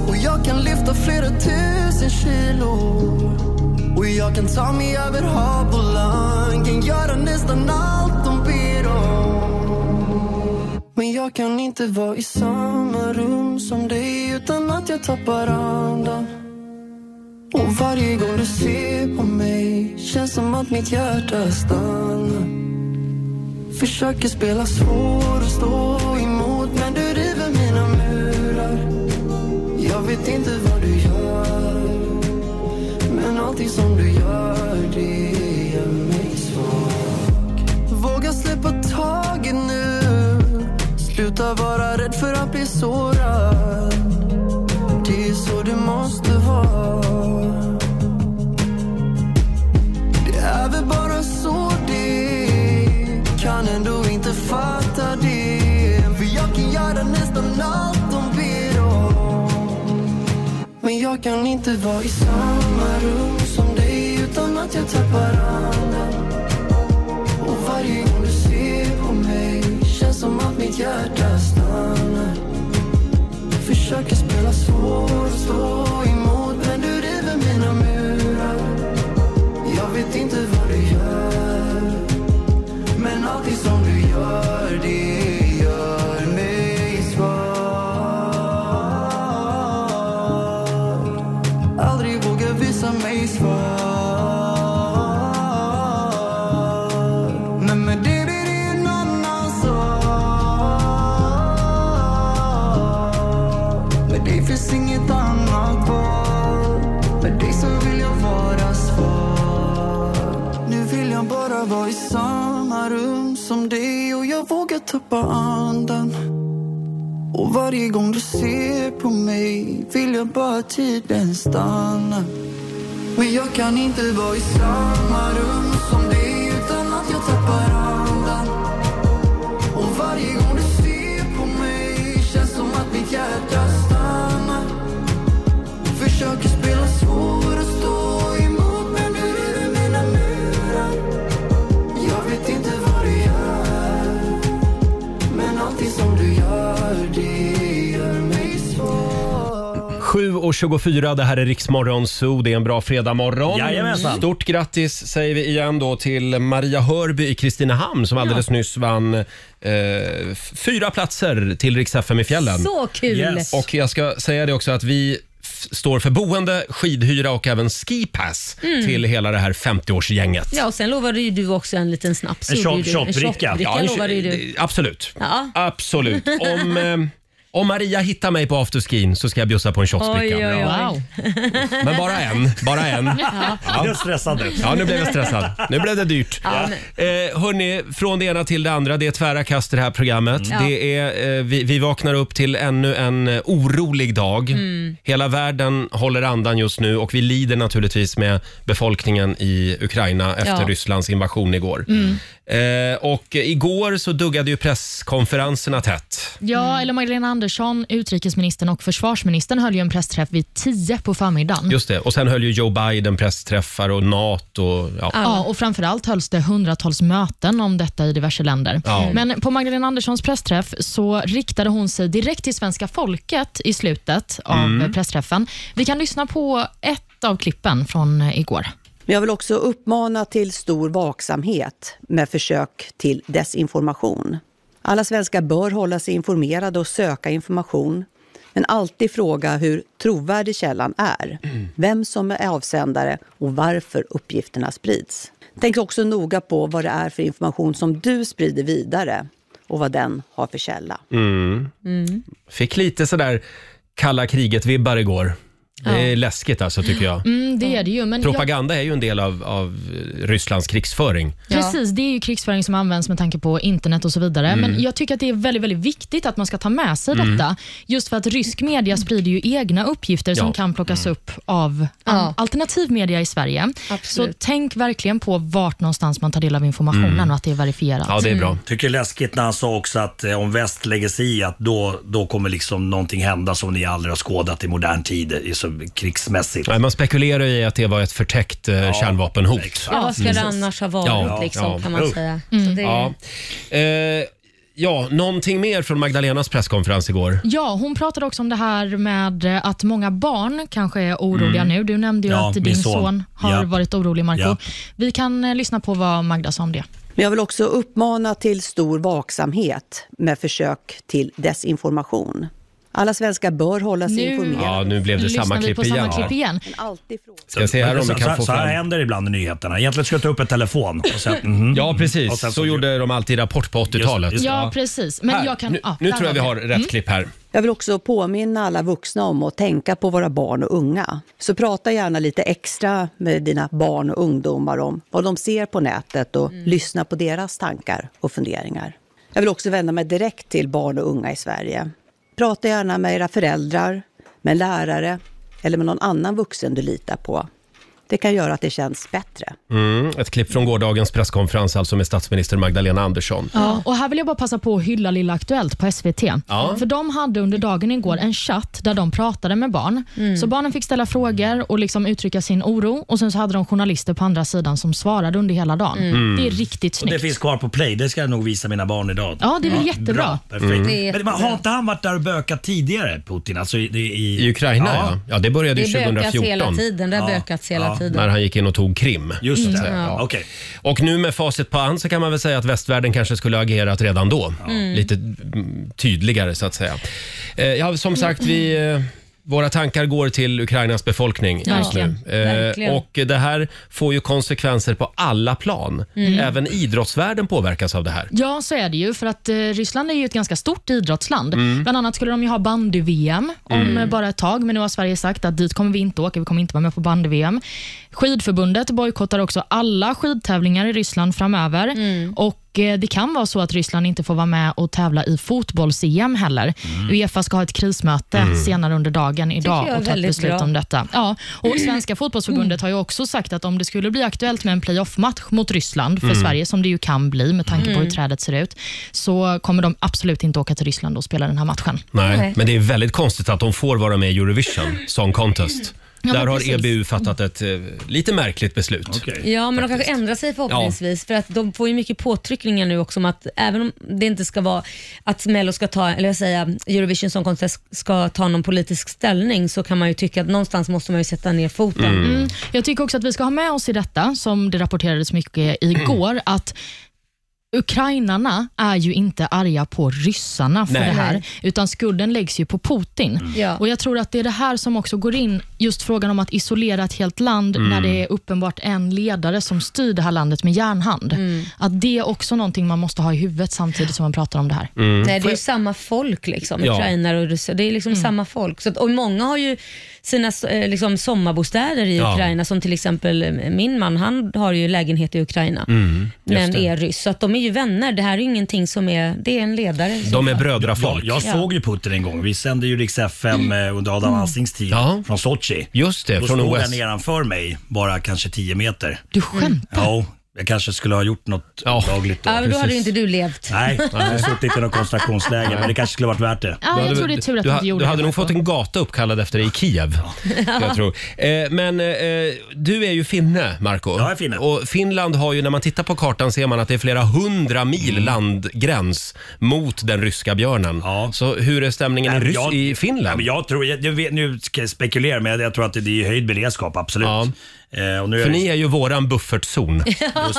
Och jag kan lyfta flera tusen kilo Och jag kan ta mig över hav och land Kan göra nästan allt de ber om Men jag kan inte vara i samma rum som dig utan att jag tappar andan och varje gång du ser på mig känns som att mitt hjärta stannar. Försöker spela svår och stå emot men du river mina murar. Jag vet inte vad du gör men allting som du gör det gör mig svag. Våga släppa taget nu. Sluta vara rädd för att bli sårad. Det är så det måste vara Det är väl bara så det är. Kan ändå inte fatta det För jag kan göra nästan allt de ber om Men jag kan inte vara i samma rum som dig utan att jag tappar andan Och varje gång du ser på mig känns som att mitt hjärta stannar Försöker spela svår och stå emot men du river mina murar Jag vet inte vad du gör Men allting som du gör det gör mig svag Aldrig vågar visa mig svag Men med det blir en annan sak Med dig finns inget annat val Med dig så vill jag vara svag Nu vill jag bara vara i samma rum som dig och jag vågar tappa andan och varje gång du ser på mig vill jag bara tiden stanna Men jag kan inte vara i samma rum som dig utan att jag tappar andan Och varje gång du ser på mig känns som att mitt hjärta stannar Försöker spela svår och stå emot men nu river mina murar Jag vet inte vad du gör men allting som du gör det gör mig svår
7.24, det här är Riksmorgon Zoo. Det är en bra fredagmorgon.
Jajamensan.
Stort grattis säger vi igen då till Maria Hörby i Kristinehamn som alldeles nyss vann eh, f- fyra platser till Rix FM i fjällen.
Så kul!
Yes.
Och jag ska säga det också att vi f- står för boende, skidhyra och även skipass
Mm.
till hela det här 50-årsgänget.
Ja, och sen lovade ju du också en liten snaps.
En
gjorde ju
shot-
du.
shotbricka.
En shotbricka
en-
lovade ju du.
eh, Absolut.
Ja.
Absolut. Om, eh, om Maria hittar mig på afterskin så ska jag bjussa på en
Oj,
shotsbricka.
oj, oj.
Wow.
Men bara en. Bara en.
Jag är stressad nu.
Ja, nu blev jag stressad. Nu blev det dyrt.
Ja,
Eh, hörni, från det ena till det andra. Det är tvära kast i det här programmet.
Mm.
Det är, eh, vi, vi vaknar upp till ännu en eh, orolig dag.
Mm.
Hela världen håller andan just nu och vi lider naturligtvis med befolkningen i Ukraina efter
Ja. Mm.
Rysslands invasion igår. Eh, och igår så duggade ju presskonferenserna tätt.
Ja, eller Magdalena Andersson, utrikesministern och försvarsministern höll ju en pressträff vid 10 på
Mm.
förmiddagen.
Just det. Och sen höll ju Joe Biden pressträffar och NATO. Ja.
Ja, och framförallt hölls det hundratals möten om detta i diverse länder.
Ja.
Men på Magdalena Anderssons pressträff så riktade hon sig direkt till svenska folket i slutet av
Mm.
pressträffen. Vi kan lyssna på ett av klippen från eh, igår.
Men jag vill också uppmana till stor vaksamhet med försök till desinformation. Alla svenskar bör hålla sig informerade och söka information, men alltid fråga hur trovärdig källan är, vem som är avsändare och varför uppgifterna sprids. Tänk också noga på vad det är för information som du sprider vidare och vad den har för källa.
Mm.
Mm.
Fick lite sådär kalla kriget-vibbar igår. Det är läskigt alltså tycker jag.
Mm, det är det ju. Men jag,
Propaganda är ju en del av, av Rysslands krigsföring.
Precis, det är ju krigsföring som används med tanke på internet och så vidare.
Mm.
Men jag tycker att det är väldigt, väldigt viktigt att man ska ta med sig detta. Just för att rysk media sprider ju egna uppgifter
Ja. Mm.
som kan plockas upp av an- alternativ media i Sverige.
Absolut.
Så tänk verkligen på vart någonstans man tar del av informationen och att det är verifierat.
Mm. Ja, det är
Mm.
Mm.
bra.
Tycker det är läskigt när han sa också att eh, om väst lägger sig i att då, då kommer liksom någonting hända som ni aldrig har skådat i modern tid. i Så alltså, krigsmässigt.
Nej, man spekulerar ju i att det var ett förtäckt eh, kärnvapenhot.
Ja, vad skulle det
Mm.
annars ha varit
Ja,
liksom,
ja.
kan man
Oh.
säga. Så
Mm.
det,
Ja. Eh, ja, någonting mer från Magdalenas presskonferens igår?
Ja, hon pratade också om det här med eh, att många barn kanske är oroliga
Mm.
nu. Du nämnde ju
Ja,
att
min
din son,
son.
har
Ja.
varit orolig, Marco.
Ja.
Vi kan eh, lyssna på vad Magda sa om det.
Men jag vill också uppmana till stor vaksamhet med försök till desinformation. Alla svenskar bör hålla sig
Mm.
informerade.
Ja, nu blev det
Lyssnar
samma
vi
klipp
på
igen.
samma
Ja.
klipp
Igen.
Ska jag se här om vi
så,
kan
så,
få
så här
fram-
händer det ibland i nyheterna. Egentligen ska jag ta upp en telefon och sen...
Ja,
Och
precis.
sen
Så,
så-
gjorde de alltid i Rapport på 80-talet.
Ja, precis. Men
Här.
jag kan... Mm.
Nu,
ja,
nu
där
tror jag vi har
det.
Mm.
rätt klipp här.
Jag vill också påminna alla vuxna om att tänka på våra barn och unga. Så prata gärna lite extra med dina barn och ungdomar om vad de ser på nätet och lyssna på deras tankar och funderingar. Jag vill också vända mig direkt till barn och unga i Sverige. Prata gärna med era föräldrar, med en lärare eller med någon annan vuxen du litar på. Det kan göra att det känns bättre.
Mm, ett klipp från gårdagens presskonferens alltså med statsminister Magdalena Andersson.
Ja, och här vill jag bara passa på att hylla Lilla Aktuellt på SVT.
Ja.
För De hade under dagen igår en chatt där de pratade med barn. Så Barnen fick ställa frågor och liksom uttrycka sin oro och sen så hade de journalister på andra sidan som svarade under hela dagen. Mm.
Mm.
Det är riktigt
Och
snyggt.
det finns kvar på play. Det ska jag nog visa mina barn idag.
Ja, det är väl jättebra.
Bra, perfekt.
Mm. Det är
Men
jättebra.
man, har inte han varit där och bökat tidigare, Putin? Alltså i, i...
I Ukraina, ja. Ja, det började ju
Det bökas
2014.
hela tiden. Det har bökats hela tiden.
När han gick in och tog Krim.
Just
så att
det.
säga.
Mm. Ja.
Och nu med facit på hand så kan man väl säga att västvärlden kanske skulle ha agerat redan då.
Ja. Mm.
Lite mm, tydligare så att säga. Eh, ja, som sagt, vi, eh, våra tankar går till Ukrainas befolkning
Ja.
just nu. Eh,
Verkligen. Verkligen.
och det här får ju konsekvenser på alla plan.
Mm.
Även idrottsvärlden påverkas av det här.
Ja, så är det ju. För att eh, Ryssland är ju ett ganska stort idrottsland.
Mm.
Bland annat skulle de ju ha bandy-VM om
Mm.
eh, bara ett tag, men nu har Sverige sagt att dit kommer vi inte åka. Vi kommer inte vara med på bandy-VM. Skidförbundet bojkottar också alla skidtävlingar i Ryssland framöver.
Mm.
Och eh, det kan vara så att Ryssland inte får vara med och tävla i fotbolls-EM heller.
Mm.
Uefa ska ha ett krismöte
Mm.
senare under dagen
Tycker jag
idag
är
och ta ett
väldigt
beslut
bra.
om detta. Ja, och Svenska fotbollsförbundet har ju också sagt att om det skulle bli aktuellt med en playoff-match mot Ryssland för
Mm.
Sverige, som det ju kan bli med tanke på
Mm.
hur trädet ser ut, så kommer de absolut inte åka till Ryssland och spela den här matchen.
Nej, men det är väldigt konstigt att de får vara med i Eurovision Song Contest.
Ja,
Där
men
har
precis.
EBU fattat ett eh, lite märkligt beslut.
Ja, men de kanske ändrar sig förhoppningsvis. För att de får ju mycket påtryckningar nu också om att även om det inte ska vara att Mello ska ta, eller jag säger Eurovision Song Contest ska ta någon politisk ställning så kan man ju tycka att någonstans måste man ju sätta ner foten.
Mm. Jag tycker också att vi ska ha med oss i detta, som det rapporterades mycket
Mm.
igår, att Ukrainarna är ju inte arga på ryssarna för
Nej.
det
Nej.
här,
Mm.
utan skulden läggs ju på Putin.
Ja.
Och Jag tror att det är det här som också går in, just frågan om att isolera ett helt land
Mm.
när det är uppenbart en ledare som styr det här landet med järnhand.
Mm.
Att det är också någonting man måste ha i huvudet samtidigt som man pratar om det här.
Mm.
Nej, det är ju samma folk, liksom,
Ja.
ukrainare och ryssar. Det är liksom
Mm.
samma folk. Så att, och Många har ju sina eh, liksom, sommarbostäder i
Ja.
Ukraina, som till exempel eh, min man, han har ju lägenhet i Ukraina,
Mm, just
men
det.
är ryss. Så att de är ju vänner. Det här är ju ingenting som är... Det är en ledare. som-
De är brödrafolk.
Jag, jag
Ja. Mm.
såg ju Putin en gång. Vi sände ju Rix FM eh, under Adam Alsings tid från Sochi.
Just det,
Då
från
stod
OS.
han nedanför mig, bara kanske 10 meter.
Du skämtar?
Ja, jag kanske skulle ha gjort något olagligt då.
Ja, men då hade ju inte du levt.
Nej, jag hade suttit i något koncentrationsläger, men det kanske skulle varit värt det.
Ja, jag tror det är tur att
du,
du
ha-
inte gjorde
Du hade
det,
nog
Marco.
fått en gata uppkallad efter dig i Kiev. Jag tror. Eh, men eh, du är ju finne, Marco. Jag är finne. Och Finland har ju, när man tittar på kartan ser man att det är flera hundra mil landgräns mot den ryska björnen. Så hur är stämningen i,
Nej, men
Ryss-
jag-
i
Ja,
Finland?
men jag tror, jag, jag vet, nu ska jag spekulera, men jag, jag tror att det, det är höjd beredskap, absolut. Eh, och nu
För ni är ju våran buffertzon,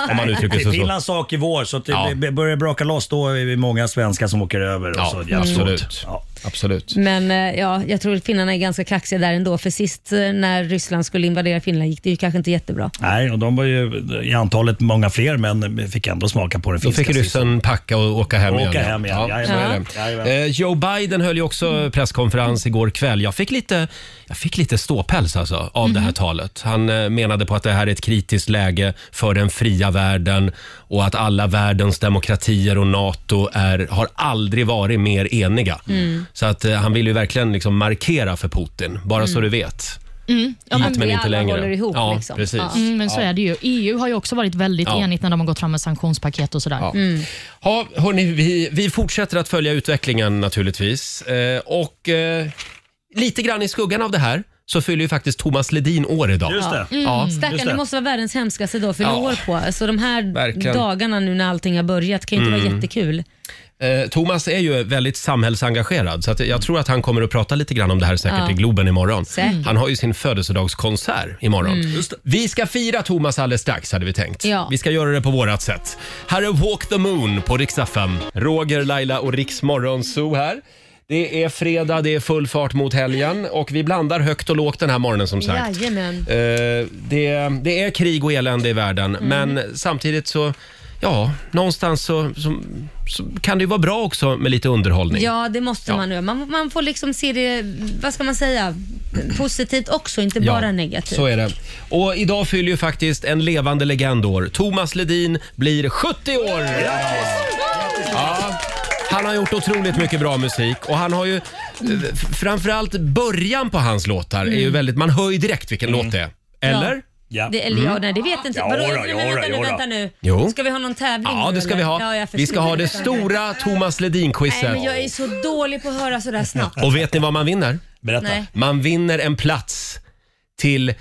om man uttrycker sig så.
Finlands sak i vår, så att det
Ja.
det börjar braka loss. Då är vi många svenskar som åker över. Och så,
Ja,
hjälps åt.
absolut. absolut.
Men eh, ja, jag tror att finnarna är ganska kaxiga där ändå, för sist eh, när Ryssland skulle invadera Finland gick det ju kanske inte jättebra.
Nej, och de var ju i antalet många fler, men fick ändå smaka på den
Då fick
finska
ryssen packa och åka hem
Och
igen.
åka hem igen,
Ja, så
jajamän.
är
Ja.
det. Eh, Joe Biden höll ju också presskonferens igår kväll. Jag fick lite, jag fick lite ståpäls alltså av det
Mhm.
här talet. Han eh, menade på att det här är ett kritiskt läge för den fria världen och att alla världens demokratier och NATO är, har aldrig varit mer eniga.
Mm.
Så att eh, han vill ju verkligen liksom markera för Putin, bara så
Mm.
du vet.
Mm.
Hit, men inte längre. liksom. Ja, precis.
Mm, men så
Ja.
är det ju. EU har ju också varit väldigt
Ja.
enigt när de har gått fram med sanktionspaket och sådär.
Ja. Ja, hörni, vi, vi fortsätter att följa utvecklingen naturligtvis. Eh, och eh, lite grann i skuggan av det här så fyller ju faktiskt Thomas Ledin år idag.
Mm.
Ja.
Stackarn, det måste vara världens hemskaste dag för ja.
Ja.
år på. Så de här
Verkligen.
dagarna nu när allting har börjat kan ju inte vara
Mm.
jättekul.
Eh, Thomas är ju väldigt samhällsengagerad så att jag tror att han kommer att prata lite grann om det här säkert
Ja.
i Globen imorgon.
Säkert.
Han har ju sin födelsedagskonsert imorgon.
Mm. Just
Vi ska fira Thomas alldeles strax hade vi tänkt.
Ja.
Vi ska göra det på vårat sätt. Här är Walk the Moon på Rix FM. Roger, Laila och Rix Morgonzoo här. Det är fredag, det är full fart mot helgen och vi blandar högt och lågt den här morgonen som sagt.
Jajamän.
Eh, det, det är krig och elände i världen,
Mm.
men samtidigt så, ja, någonstans så, så, så kan det ju vara bra också med lite underhållning.
Ja, det måste
Ja.
man göra. Man, man får liksom se det, vad ska man säga, positivt också, inte
Ja,
bara negativt.
Så är det. Och idag fyller ju faktiskt en levande legend år. Thomas Ledin blir 70 år! Ja. Han har gjort otroligt mycket bra musik och han har ju eh, f- framförallt början på hans låtar är ju
Mm.
väldigt, man hör ju direkt vilken låt det är. Eller? Mm.
Ja. Det, eller, ja, nej, det vet jag inte.
Ja,
Vadå,
då,
vänta, nu,
ja,
vänta,
då,
nu,
ja,
vänta nu.
Jo.
Ska vi ha någon tävling
Ja,
nu,
det ska vi
eller?
ha.
Ja, jag
vi ska ha det
förstår.
stora Thomas
Nej,
Ledin-quizet.
men jag är så dålig på att höra sådär snabbt.
Och vet ni vad man vinner?
Berätta. Nej.
Man vinner en plats till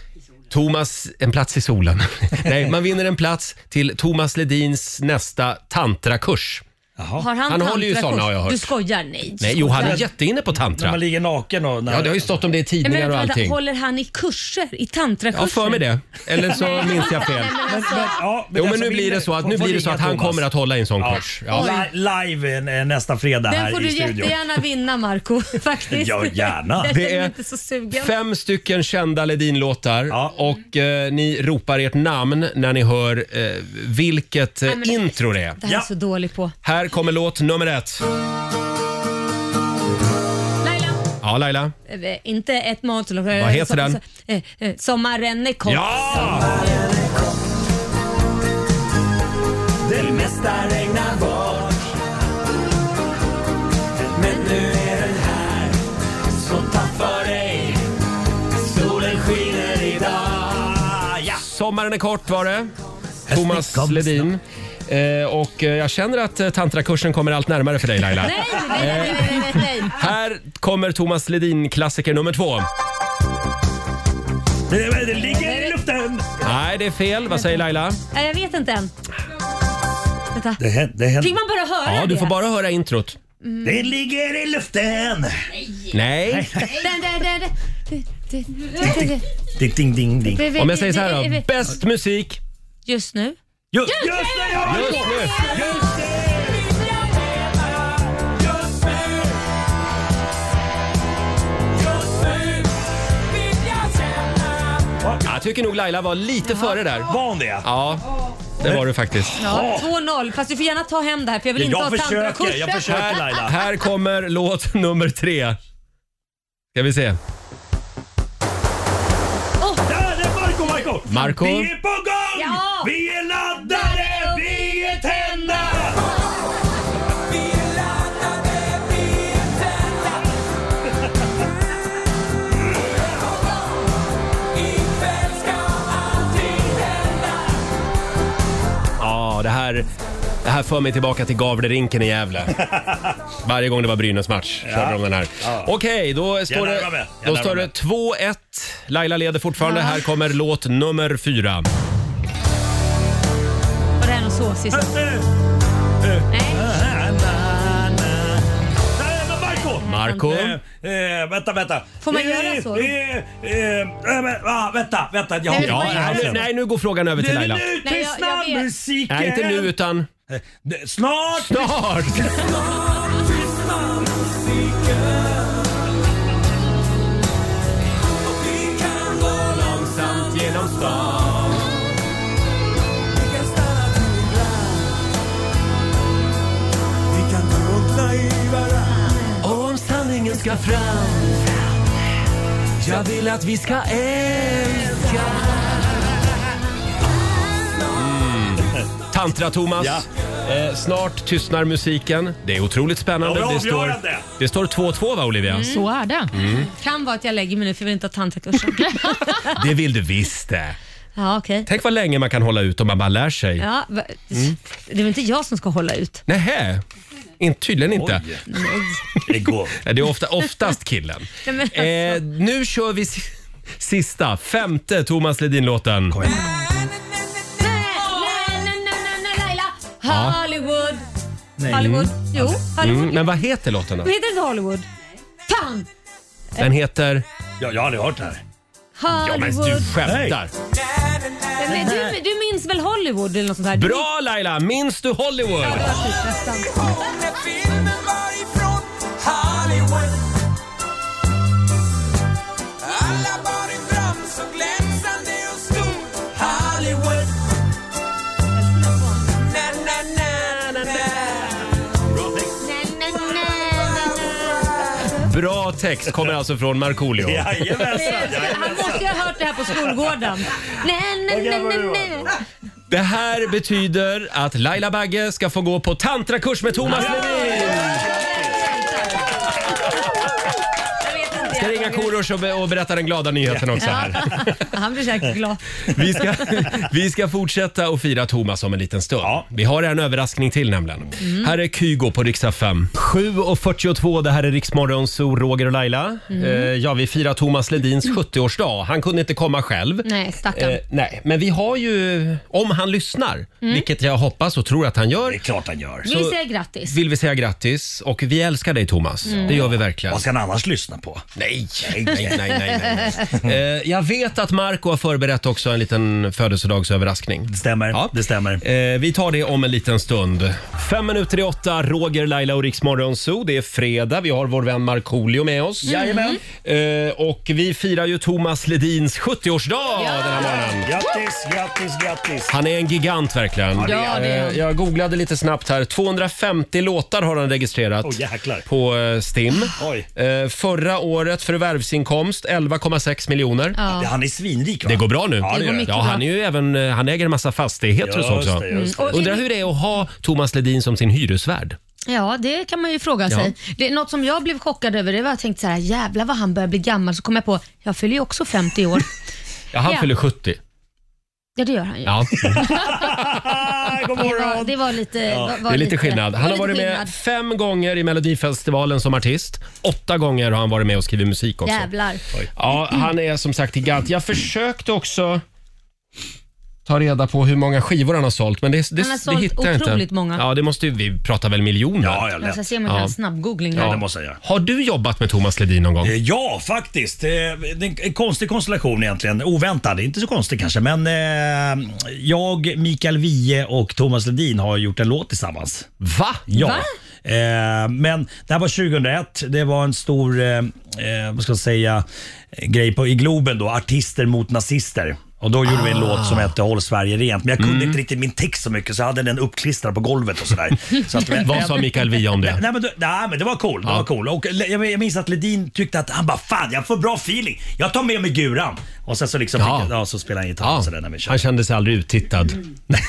Thomas, en plats i solen. Nej, man vinner en plats till Thomas Ledins nästa tantrakurs.
Har han,
håller ju
tantrakurs?
såna har jag hört.
Du skojar? Nej.
Nej, jo, han är
skojar.
jätteinne på tantra.
När man
ligger naken och... ja, det har ju stått om det i
Nej, men
tidningar och
vänta, vänta,
allting.
håller han i kurser? I tantrakurser?
Ja, för mig det. Eller så
Nej.
minns jag fel.
Nej, men alltså-
Jo, men nu blir det så att, nu blir det så att han kommer att hålla i en sån kurs.
Ja.
Li- Live eh, nästa fredag
Den
här
får
i
du
studion.
jättegärna vinna Marco faktiskt.
Ja, gärna.
Jag
Det
är
är
inte så sugen.
Fem stycken kända Ledin-låtar och eh, ni ropar ert namn när ni hör eh, vilket eh,
Nej, men-
intro det är.
Det här är jag så dålig på.
Här kommer låt nummer ett.
Laila,
Ja, Laila.
eh, inte ett monster.
Vad heter den?
eh, Sommaren är kort.
Ja!
Det mesta regnar bort Men nu är den här Så ta för dig Solen skiner idag
Sommaren är kort var det. Thomas Ledin. Eh, och eh, jag känner att eh, tantrakursen kommer allt närmare för dig Laila. Eh,
Nej, nej, nej, nej, nej, nej.
Här kommer Thomas Ledin-klassiker nummer två.
Det, det ligger i luften!
Nej, det är fel. Vad säger Laila?
Nej, Eh, jag vet inte än. Vänta.
Det
Fick man bara höra
Ja, du får
det?
bara höra introt.
Mm.
Det ligger i luften!
Nej.
Den, den, den, den. Du, du, du, du.
Ding, ding, ding,
Om jag säger så här då. Bäst musik.
Just nu.
Just,
just nu! Ja,
just nu! Jag tycker nog Laila var lite före där. Var
hon det?
Ja, det var du faktiskt.
Ja, 2-0. Fast du får gärna ta hem det här för jag vill inte ha tantrakurser.
Här, här kommer låt nummer tre. Ska vi se.
Där är Marco, Marco!
Marco.
Vi är på gång!
Ja.
Vi är laddade, vi är tända!
Ja, det här, det här för mig tillbaka till Gavlerinken i Gävle. Varje gång det var Brynäs-match körde
Ja.
de den här.
Ja.
Okej, då står
Jag
det,
närmar mig. Jag
då
närmar
står det 2-1. Laila leder fortfarande.
Ja.
Här kommer låt nummer fyra.
Var det här någon såsig sak? Nej.
Där är Marco!
Marco.
Eh, eh, vänta, vänta.
Får man göra så?
Eh, eh, eh, men, ah, vänta, vänta. Jag har
Ja, nej, nu, nej, nu går frågan över till
Nej,
Laila.
nu
Nej, jag- jag
tystnar
vet.
musiken! Eh,
Nej, inte nu utan...
Snart!
Snart!
Om sanningen ska fram Jag vill att vi ska älska
Tantra-Thomas. Mm. Eh, snart tystnar musiken. Det är otroligt spännande.
Ja, det är
det står,
avgörande.
det står 2-2 va Olivia?
Så är det.
Mm.
Kan vara att jag lägger mig nu för jag vill inte ha tantrakurser.
Det vill du visst det.
ja, okej.
Tänk vad länge man kan hålla ut om man bara lär sig. Mm.
Ja, va- Det är väl inte jag som ska hålla ut?
Nähä? In, tydligen inte.
Nej.
Det går. Det är ofta, oftast killen.
Nej, men alltså.
Eh, nu kör vi... si- Sista, femte Thomas Ledin-låten.
Laila,
Ja.
Hollywood. Hollywood. Jo, Hollywood.
Mm, men vad heter låten då?
Det heter inte Hollywood. Fan!
Den heter...
Ja, jag har aldrig hört det här.
Ja, men
Hollywood.
du skämtar!
Men du, du minns väl Hollywood eller något sånt där? Du
Bra Laila! Minns du Hollywood?
minns- Ja, precis, nästan.
Bra text kommer alltså från Markoolio.
Han måste ju ha hört det här på skolgården. Nej, nej, nej, nej, nej.
Det här betyder att Laila Bagge ska få gå på tantrakurs med Thomas Ledin! Ska ringa Korosh och, be- och berätta den glada nyheten också här.
Han blir säkert glad.
Vi ska, vi ska fortsätta att fira Thomas om en liten stund. Vi har en överraskning till nämligen.
Mm.
Här är Kygo på riksdag 5. 7.42, det här är Riksmorgon, så Roger och Laila.
Mm.
Eh, ja, vi firar Thomas Ledins 70-årsdag. Han kunde inte komma själv.
Nej,
Eh,
stackarn.
nej, men vi har ju, om han lyssnar,
Mm.
vilket jag hoppas och tror att han gör. Det är klart han gör.
Vi säger grattis.
vill vi säga grattis och vi älskar dig Thomas.
Mm.
Det gör vi verkligen.
Vad ska han annars lyssna på?
Nej, nej, nej, nej. nej. Eh, jag vet att Marco har förberett också en liten födelsedagsöverraskning. Det stämmer. Ja. Det stämmer. Eh, vi tar det om en liten stund. Fem minuter i åtta, Roger, Laila och Riksmorgon Zoo. Det är fredag. Vi har vår vän Markoolio med oss.
Jajamän.
Eh, och vi firar ju Thomas Ledins 70-årsdag den här morgonen.
Grattis, grattis, grattis.
Han är en gigant verkligen.
Ja, det är han.
Eh, Jag googlade lite snabbt här. 250 låtar har han registrerat
Åh, jäklar.
på eh, STIM.
Oj.
Eh, Förra året förvärvsinkomst 11,6 miljoner.
Ja.
Han är svinrik va?
Det går bra nu.
Ja, det Det går gör det. mycket
ja, han,
bra.
är ju även, eh, han äger en massa fastigheter och så
Just
också.
det, just det.
Mm. Undrar hur det är att ha Thomas Ledin som sin hyresvärd.
Ja, det kan man ju fråga
Ja.
sig. Det, något som jag blev chockad över det var att jag tänkte så här, jävlar vad han börjar bli gammal. Så kom jag på, jag fyller ju också 50 år.
Ja, han
Ja.
fyller 70.
Ja, det gör han ju.
Ja.
det, var, det var lite... Var, var
det är lite skillnad.
det
Han
var
har varit
lite
med
skillnad.
fem gånger i Melodifestivalen som artist. Åtta gånger har han varit med och skrivit musik också.
Jävlar.
Ja, han är som sagt gigant. Jag försökte också ta reda på hur många skivor han har sålt, men det, det,
Han har
det
sålt
hittar jag inte.
otroligt många.
Ja, det måste ju, vi pratar väl miljoner? Ja,
Jag ska se om jag kan snabbgoogling här.
Ja, det måste jag göra. Har du jobbat med Thomas Ledin någon gång?
Eh, Ja, faktiskt. Eh, Det är en- en konstig konstellation egentligen. Oväntad. Inte så konstig kanske, men eh, jag, Mikael Wiehe och Thomas Ledin har gjort en låt tillsammans.
Va?
Ja.
Va?
Eh, Men det här var 2001. Det var en stor, eh, eh, vad ska jag säga, eh, grej på, i Globen då. Artister mot nazister. Och då gjorde vi en
Ah.
låt som hette Håll Sverige rent. Men jag kunde
Mm.
inte riktigt min text så mycket så jag hade den uppklistrad på golvet och sådär. Så att- eh,
Vad sa Mikael Wiehe om det?
Nej men, det- nej, men det var cool. Det var cool. Och le- jag, jag minns att Ledin tyckte att han bara “Fan, jag får bra feeling. Jag tar med mig guran”. Och sen så liksom ja. Ja, så spelade han gitarr och sådär när vi körde.
Han kände sig aldrig uttittad.
Mm. Nej,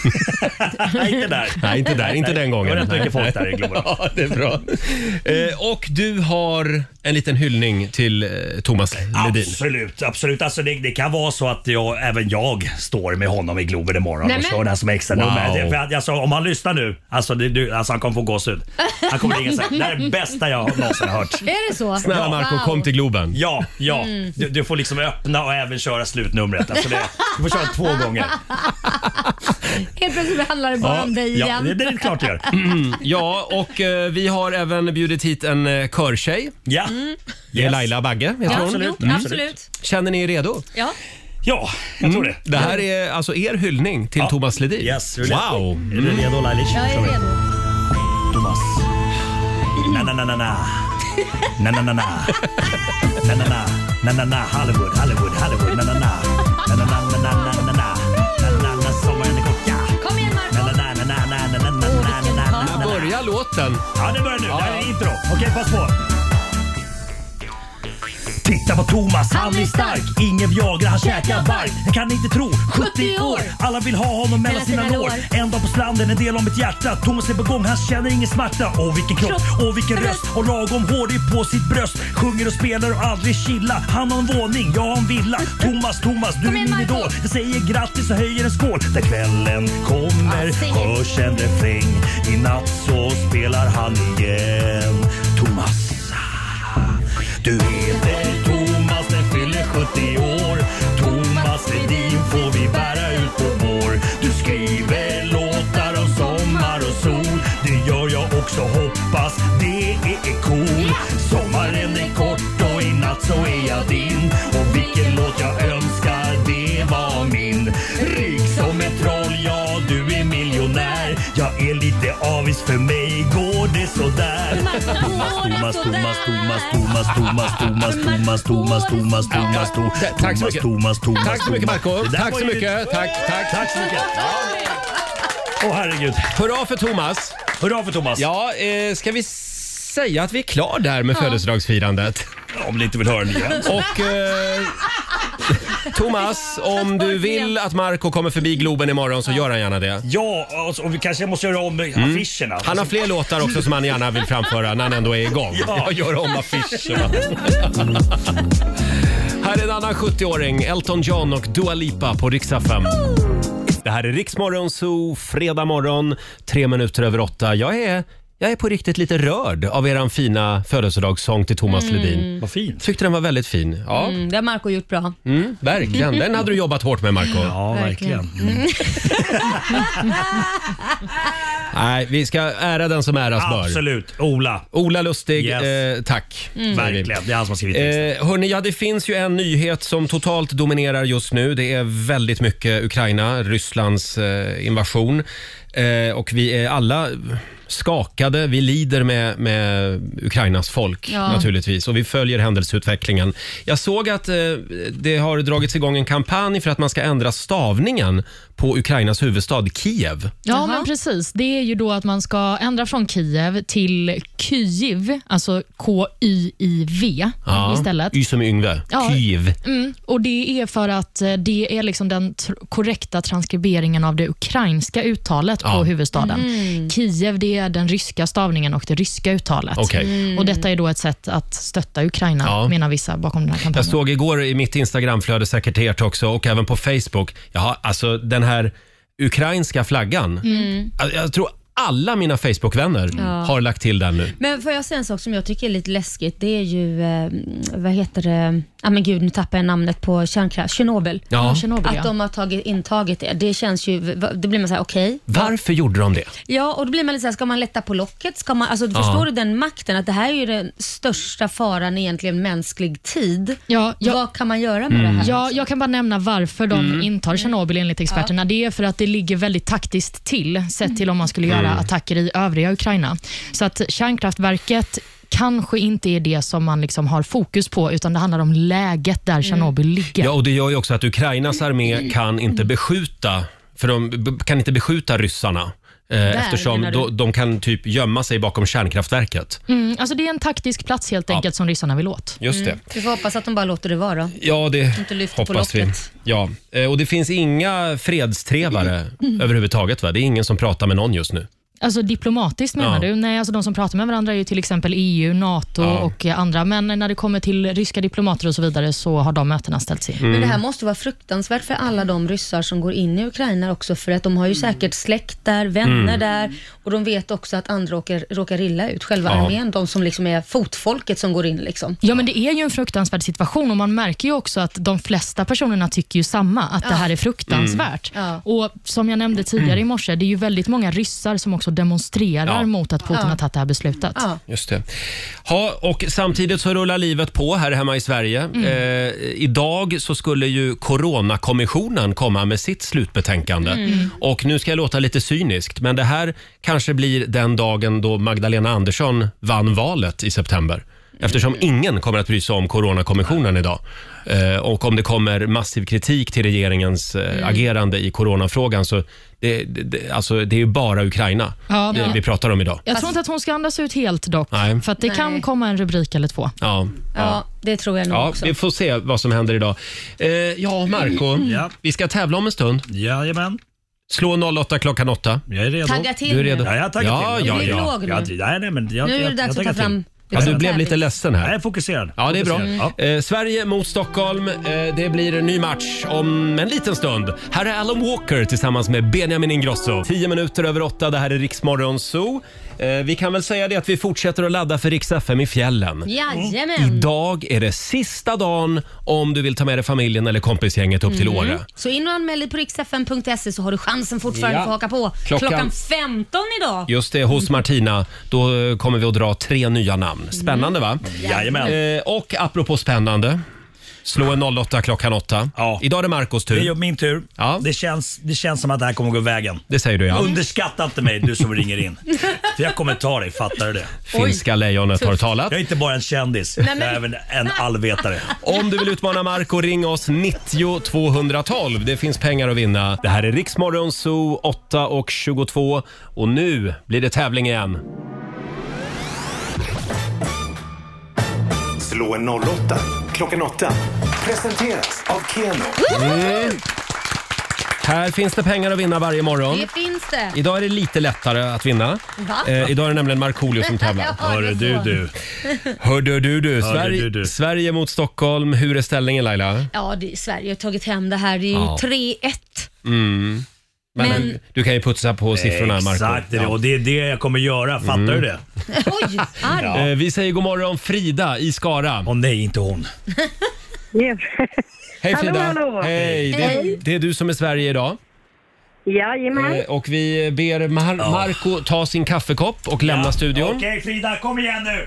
inte där.
Nej, inte där. Inte
Nej,
den gången.
Det var rätt
Nej.
mycket folk där i Globen.
Ja, det är bra. Eh, Och du har en liten hyllning till eh, Thomas Ledin.
Absolut, absolut. Alltså det, det kan vara så att jag, även jag står med honom i Globen imorgon
Nej,
och
men-
kör det här som extra nummer.
Wow.
Det- för att, Alltså, om han lyssnar nu, alltså, det, du, alltså han kommer få gåshud. Han kommer ringa så här, det här är det bästa jag någonsin har hört.
Är det så?
Snälla Marco, kom till Globen.
Ja, ja.
Mm.
Du, du får liksom öppna och även köra slutnumret. Alltså det, du får köra två gånger.
Helt plötsligt handlar det bara om dig
ja,
igen.
det- det är klart det gör. Mm, ja, och eh, vi har även bjudit hit en eh, körtjej. Mm.
Ja.
Det är Laila Bagge, heter
Ja,
hon.
absolut, jo, Mm. absolut.
Känner ni er redo?
Ja.
Ja, jag tror det.
Mm. Det här är alltså er hyllning till Thomas Ledin.
Yes, hur är det?
wow!
Är du redo Lailish?
Jag är redo.
Thomas. Na, na, na, na, na. Na, na, na, na. Na, na, na. Na, na, na. Hollywood, Hollywood, Hollywood. Na, na, na. Na, na, na, na, na, na, na, na. Na, na, na. Sommaren är kort, ja.
Kom igen
Na, na, na, na, na, na, na, na, na, na, na, na.
När börjar låten?
Ja, det börjar nu. Det här är intro. Okej, pass på. Titta på Thomas, han blir stark. Ingen Viagra, han käkar bark. Jag kan inte tro, 70 år. Alla vill ha honom mellan sina lår. En dag på stranden, en del av mitt hjärta. Thomas är på gång, han känner ingen smärta. Åh vilken kropp, åh vilken röst. Och lagom hårig på sitt bröst. Sjunger och spelar och aldrig chilla. Han har en våning, jag har en villa. Thomas, Thomas, du är min idol. Jag säger grattis och höjer en skål. När kvällen kommer hörs en refräng. I natt så spelar han igen. Thomas. Du heter Thomas, den fyller 70 år Sommaren är kort och i natt så är jag din Och vilken låt jag önskar det var min Rik som ett troll, ja du är miljonär Jag är lite avis, för mig går det sådär Thomas, Thomas, Thomas, Thomas, Thomas, Thomas, Thomas, Thomas, Thomas, Thomas, Thomas,
Tack så
Thomas,
mycket.
Thomas, Thomas,
Tack så mycket
Thomas.
Marco.
Det där
Tack
var
så
ju-
mycket. Tack, tack.
Tack så mycket. Åh herregud.
Hurra för Thomas.
Hurra för Thomas.
Ja, eh, ska vi säga att vi är klara där med
Ja.
födelsedagsfirandet?
Om ni inte vill höra den igen.
Och eh, Thomas, om du vill att Marco kommer förbi Globen imorgon så gör han gärna det. Mm.
Ja, alltså, och vi kanske måste göra om affischerna.
Han har fler låtar också som han gärna vill framföra när han ändå är igång.
Ja.
Jag gör om affischerna. Här är en annan 70-åring, Elton John och Dua Lipa på riksdag 5. Det här är Riksmorgon Zoo, fredag morgon, tre minuter över åtta. Jag är, jag är på riktigt lite rörd av eran fina födelsedagssång till Thomas
Mm.
Ledin.
Vad fin.
Tyckte den var väldigt fin. Ja.
Mm, det har Marco gjort bra.
Mm, verkligen. Den hade du jobbat hårt med, Marco. Ja,
Mm.
Nej, vi ska ära den som äras bör.
Absolut. Ola.
Ola Lustig,
Yes.
eh, tack.
Mm.
säger vi.
Verkligen. Det är han som har skrivit texten.
Eh, hörni, ja, det finns ju en nyhet som totalt dominerar just nu. Det är väldigt mycket Ukraina, Rysslands eh, invasion. Eh, och vi är alla skakade. Vi lider med, med Ukrainas folk
Ja.
naturligtvis och vi följer händelseutvecklingen. Jag såg att eh, det har dragits igång en kampanj för att man ska ändra stavningen på Ukrainas huvudstad Kiev.
Ja, men precis. Det är ju då att man ska ändra från Kiev till Kyiv, alltså K-Y-I-V istället.
Y som Yngve. Kiev.
Mm, och Det är för att eh, det är liksom den tr- korrekta transkriberingen av det ukrainska uttalet
Ja.
på huvudstaden.
Mm.
Kiev det är den ryska stavningen och det ryska uttalet.
Okej. Mm.
Och Detta är då ett sätt att stötta Ukraina, menar vissa bakom den här kampanjen.
Jag såg igår i mitt Instagramflöde, säkert till ert också, och även på Facebook. Jaha, alltså den här ukrainska flaggan.
Mm.
Jag- Jag tror alla mina Facebook-vänner
Ja.
har lagt till den nu.
Men får jag säga en sak som jag tycker är lite läskigt? Det är ju, eh, vad heter det, ah, men gud nu tappar jag namnet på kärnkraft, Tjernobyl.
Ja. Ja, Tjernobyl,
att
ja.
de har tagit, intagit det. Det känns ju, då blir man så här: okej.
Varför gjorde de det?
Ja, och då blir man lite såhär, ska man lätta på locket? Ska man, alltså, du
Ja.
Förstår du den makten? Att det här är ju den största faran i egentligen mänsklig tid.
Ja,
Vad kan man göra med
Mm.
det här?
Ja, jag kan bara nämna varför de
Mm.
intar Tjernobyl enligt experterna. Det är för att det ligger väldigt taktiskt till sett till om man skulle göra
Mm.
attacker i övriga Ukraina. Så att kärnkraftverket kanske inte är det som man liksom har fokus på, utan det handlar om läget
Mm.
där Tjernobyl ligger.
Ja, och det gör ju också att Ukrainas armé kan inte beskjuta, för de b- kan inte beskjuta ryssarna. Eh, eftersom
menar du?
de, de kan typ gömma sig bakom kärnkraftverket.
Mm, alltså det är en taktisk plats helt enkelt som ryssarna vill åt.
Just det. Mm.
Vi får hoppas att de bara låter det vara.
Ja, det
Inte lyft på
hoppas vi.
locket.
Ja. Eh, Och det finns inga fredstrevare
Mm.
överhuvudtaget. Va? Det är ingen som pratar med någon just nu.
Alltså diplomatiskt menar
Ja.
du? Nej, alltså de som pratar med varandra är ju till exempel EU, NATO
Ja.
och andra, men när det kommer till ryska diplomater och så vidare så har de mötena ställts in.
Men det
Mm.
här måste vara fruktansvärt för alla de ryssar som går in i Ukraina också för att de har ju
Mm.
säkert släkt där, vänner
Mm.
där och de vet också att andra råkar, råkar illa ut. Själva
Ja.
armén, de som liksom är fotfolket som går in liksom.
Ja, men det är ju en fruktansvärd situation och man märker ju också att de flesta personerna tycker ju samma, att det
Ja. Mm.
här är fruktansvärt. Och Som jag nämnde tidigare i morse, det är ju väldigt många ryssar som också demonstrerar
Ja.
mot att Putin
Ja.
har tagit det här beslutet.
Just det. Ha, och samtidigt så rullar livet på här hemma i Sverige.
Mm.
Eh, idag så skulle ju Coronakommissionen komma med sitt slutbetänkande.
Mm.
Och nu ska jag låta lite cyniskt, men det här kanske blir den dagen då Magdalena Andersson vann valet i september. Eftersom
Mm.
ingen kommer att bry sig om Coronakommissionen idag. Eh, och om det kommer massiv kritik till regeringens eh,
Mm.
agerande i coronafrågan så det, det- det, alltså, det är ju bara Ukraina
Ja,
det,
men-
vi pratar om idag.
Jag tror inte att hon ska andas ut helt dock,
Nej.
för att det kan komma en rubrik eller två.
Ja, ja.
det tror jag
ja vi får se vad som händer idag. Eh, Mm. ja, Marco,
Ja.
vi ska tävla om en stund.
Jajamän.
Slå 08 klockan 8.
Jag är redo.
Tagga till
Du är redo.
nu.
Ja, jag taggar
ja,
till.
Ja,
Du blir
ja.
låg nu. Jag-
nej, nej, men
jag- Nu är det jag- dags jag att ta taggar fram till.
Ja,
liksom
du blev
tävling.
lite ledsen här.
Jag är fokuserad.
Ja, det är bra.
Fokuserad.
Eh, Sverige mot Stockholm. Eh, det blir en ny match om en liten stund. Här är Alan Walker tillsammans med Benjamin Ingrosso. 10 minuter över åtta. Det här är Riksmorgon Zoo. Eh, Vi kan väl säga det att vi fortsätter att ladda för Rix FM i fjällen.
Jajamän.
Idag är det sista dagen om du vill ta med dig familjen eller kompisgänget upp till
Mm.
Åre.
Så in och anmäl dig på riksfn.se E så har du chansen fortfarande
Ja.
att få haka på.
Klockan-
Klockan, 15 idag.
Just det, hos Martina. Då eh, kommer vi att dra tre nya namn. Spännande va?
Jajamän.
Eh, Och apropå spännande. Slå en 08 klockan 8. Idag är det Marcos tur.
Det är min tur.
Ja.
Det, känns, det känns som att det här kommer gå vägen.
Det säger du ja.
Underskatta inte mig du som ringer in. För jag kommer ta dig, fattar du det?
Finska lejonet har talat.
Jag är inte bara en kändis,
Nej,
jag
men-
är även en allvetare.
Om du vill utmana Marco ring oss 90 212. Det finns pengar att vinna. Det här är Riksmorgon Zoo 8 och 22 och nu blir det tävling igen.
Slå en 08 klockan 8. Presenteras av Keno.
Mm. Här finns det pengar att vinna varje morgon.
Det finns det.
Idag är det lite lättare att vinna.
Va?
Eh, idag är det nämligen Markoolio som tävlar.
Ja, Hörru, det är så. du, du.
Hör du du du.
Hörru,
Sverige,
du,
Sverige mot Stockholm. Hur är ställningen Laila?
Ja, det, Sverige har tagit hem det här. Det är ju
Ja.
3-1.
Mm. Men,
Men-
Du, du kan ju putsa på siffrorna Marco.
Exakt, det är det.
Ja.
och det är det jag kommer göra. Fattar du
Mm.
det?
Oj, arg.
Eh, Vi säger god morgon Frida i Skara.
Åh nej, inte hon.
Hej
Hallå,
Frida!
hallå.
Hej! Det,
Hej.
det är du som är Sverige idag.
Mm.
Jajamän.
Eh, Och vi ber Mar- Marco ta sin kaffekopp och lämna studion.
Okej Frida, kom igen nu!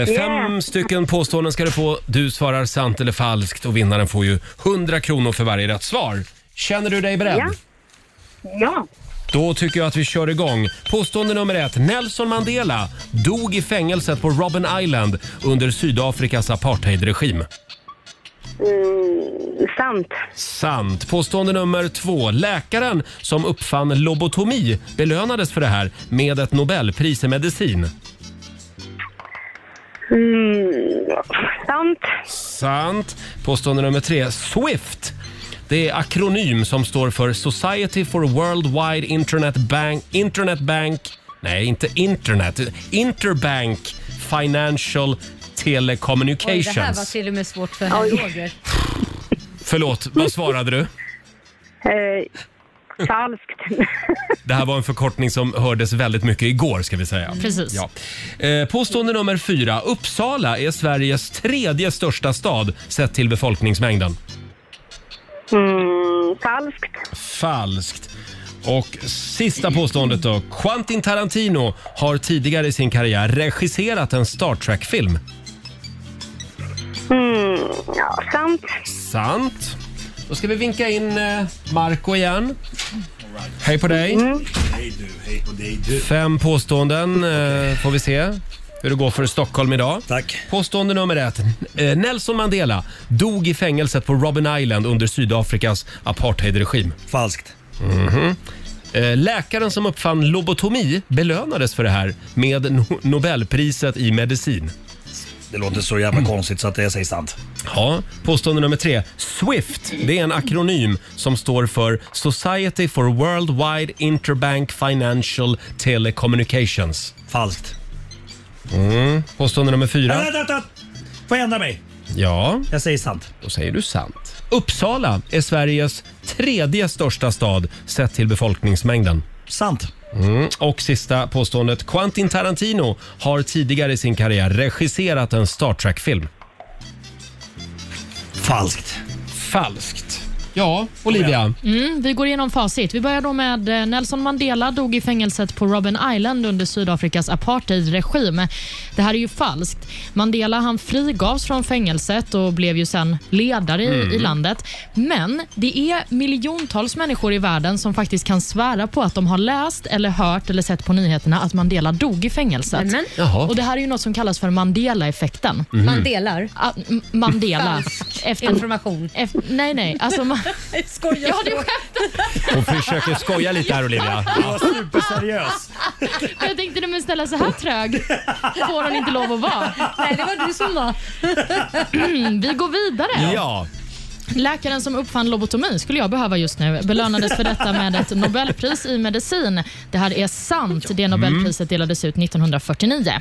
Eh, fem
Yeah.
stycken påståenden ska du få. Du svarar sant eller falskt och vinnaren får ju 100 kronor för varje rätt svar. Känner du dig beredd?
Ja. Ja.
Då tycker jag att vi kör igång. Påstående nummer ett. Nelson Mandela dog i fängelset på Robben Island under Sydafrikas apartheidregim.
Mm, sant.
Sant. Påstående nummer två. Läkaren som uppfann lobotomi belönades för det här med ett Nobelpris i medicin.
Mm, sant.
Sant. Påstående nummer tre. Swift. Det är akronym som står för Society for World Wide Internet Bank... Internet Bank... Nej, inte internet. Interbank Financial
Oj,
Telecommunications.
det här var till och med svårt för
Oj.
Roger.
Förlåt, vad svarade du?
Eh, falskt.
Det här var en förkortning som hördes väldigt mycket igår ska vi säga.
Precis.
Ja. Eh, Påstående nummer fyra. Uppsala är Sveriges tredje största stad sett till befolkningsmängden.
Mm, falskt.
Falskt. Och sista påståendet då. Quentin Tarantino har tidigare i sin karriär regisserat en Star Trek-film.
Mm, ja, sant.
Sant. Då ska vi vinka in eh, Marco igen. Hej på dig. Mm.
Mm.
Hej du, hej på dig du.
Fem påståenden eh, får vi se hur det går för Stockholm idag.
Tack.
Påstående nummer ett. Eh, Nelson Mandela dog i fängelset på Robben Island under Sydafrikas apartheidregim.
Falskt.
Mhm. Eh, Läkaren som uppfann lobotomi belönades för det här med no- Nobelpriset i medicin.
Det låter så jävla konstigt så att jag säger sant.
Mm. Ja, påstående nummer tre. Swift, det är en akronym som står för Society for Worldwide Interbank Financial Telecommunications.
Falskt.
Mm. Påstående nummer fyra.
Äh, Vänta, vänta, vänta. Får jag ändra mig?
Ja.
Jag säger sant.
Då säger du sant. Uppsala är Sveriges tredje största stad sett till befolkningsmängden.
Sant.
Mm. Och sista påståendet. Quentin Tarantino har tidigare i sin karriär regisserat en Star Trek-film.
Falskt.
Falskt. Ja, Olivia.
Mm, vi går igenom facit. Vi börjar då med eh, Nelson Mandela dog i fängelset på Robben Island under Sydafrikas apartheidregim. Det här är ju falskt. Mandela han frigavs från fängelset och blev ju sen ledare
Mm.
i, i landet. Men det är miljontals människor i världen som faktiskt kan svära på att de har läst eller hört eller sett på nyheterna att Mandela dog i fängelset.
Jaha.
Och Det här är ju något som kallas för Mandela-effekten.
Mhm. Mandelar?
Ah, m- Mandela.
Falsk information.
Efter, nej, nej. Alltså, man,
Skojar
Ja, du
så.
Hon försöker skoja lite här, Olivia.
Du var superseriös.
Men Jag tänkte du men ställa så här trög får hon inte lov att vara.
Nej, det var du som var.
Vi går vidare.
Ja.
Läkaren som uppfann lobotomi skulle jag behöva just nu belönades för detta med ett Nobelpris i medicin. Det här är sant. Det
Mm.
Nobelpriset delades ut 1949.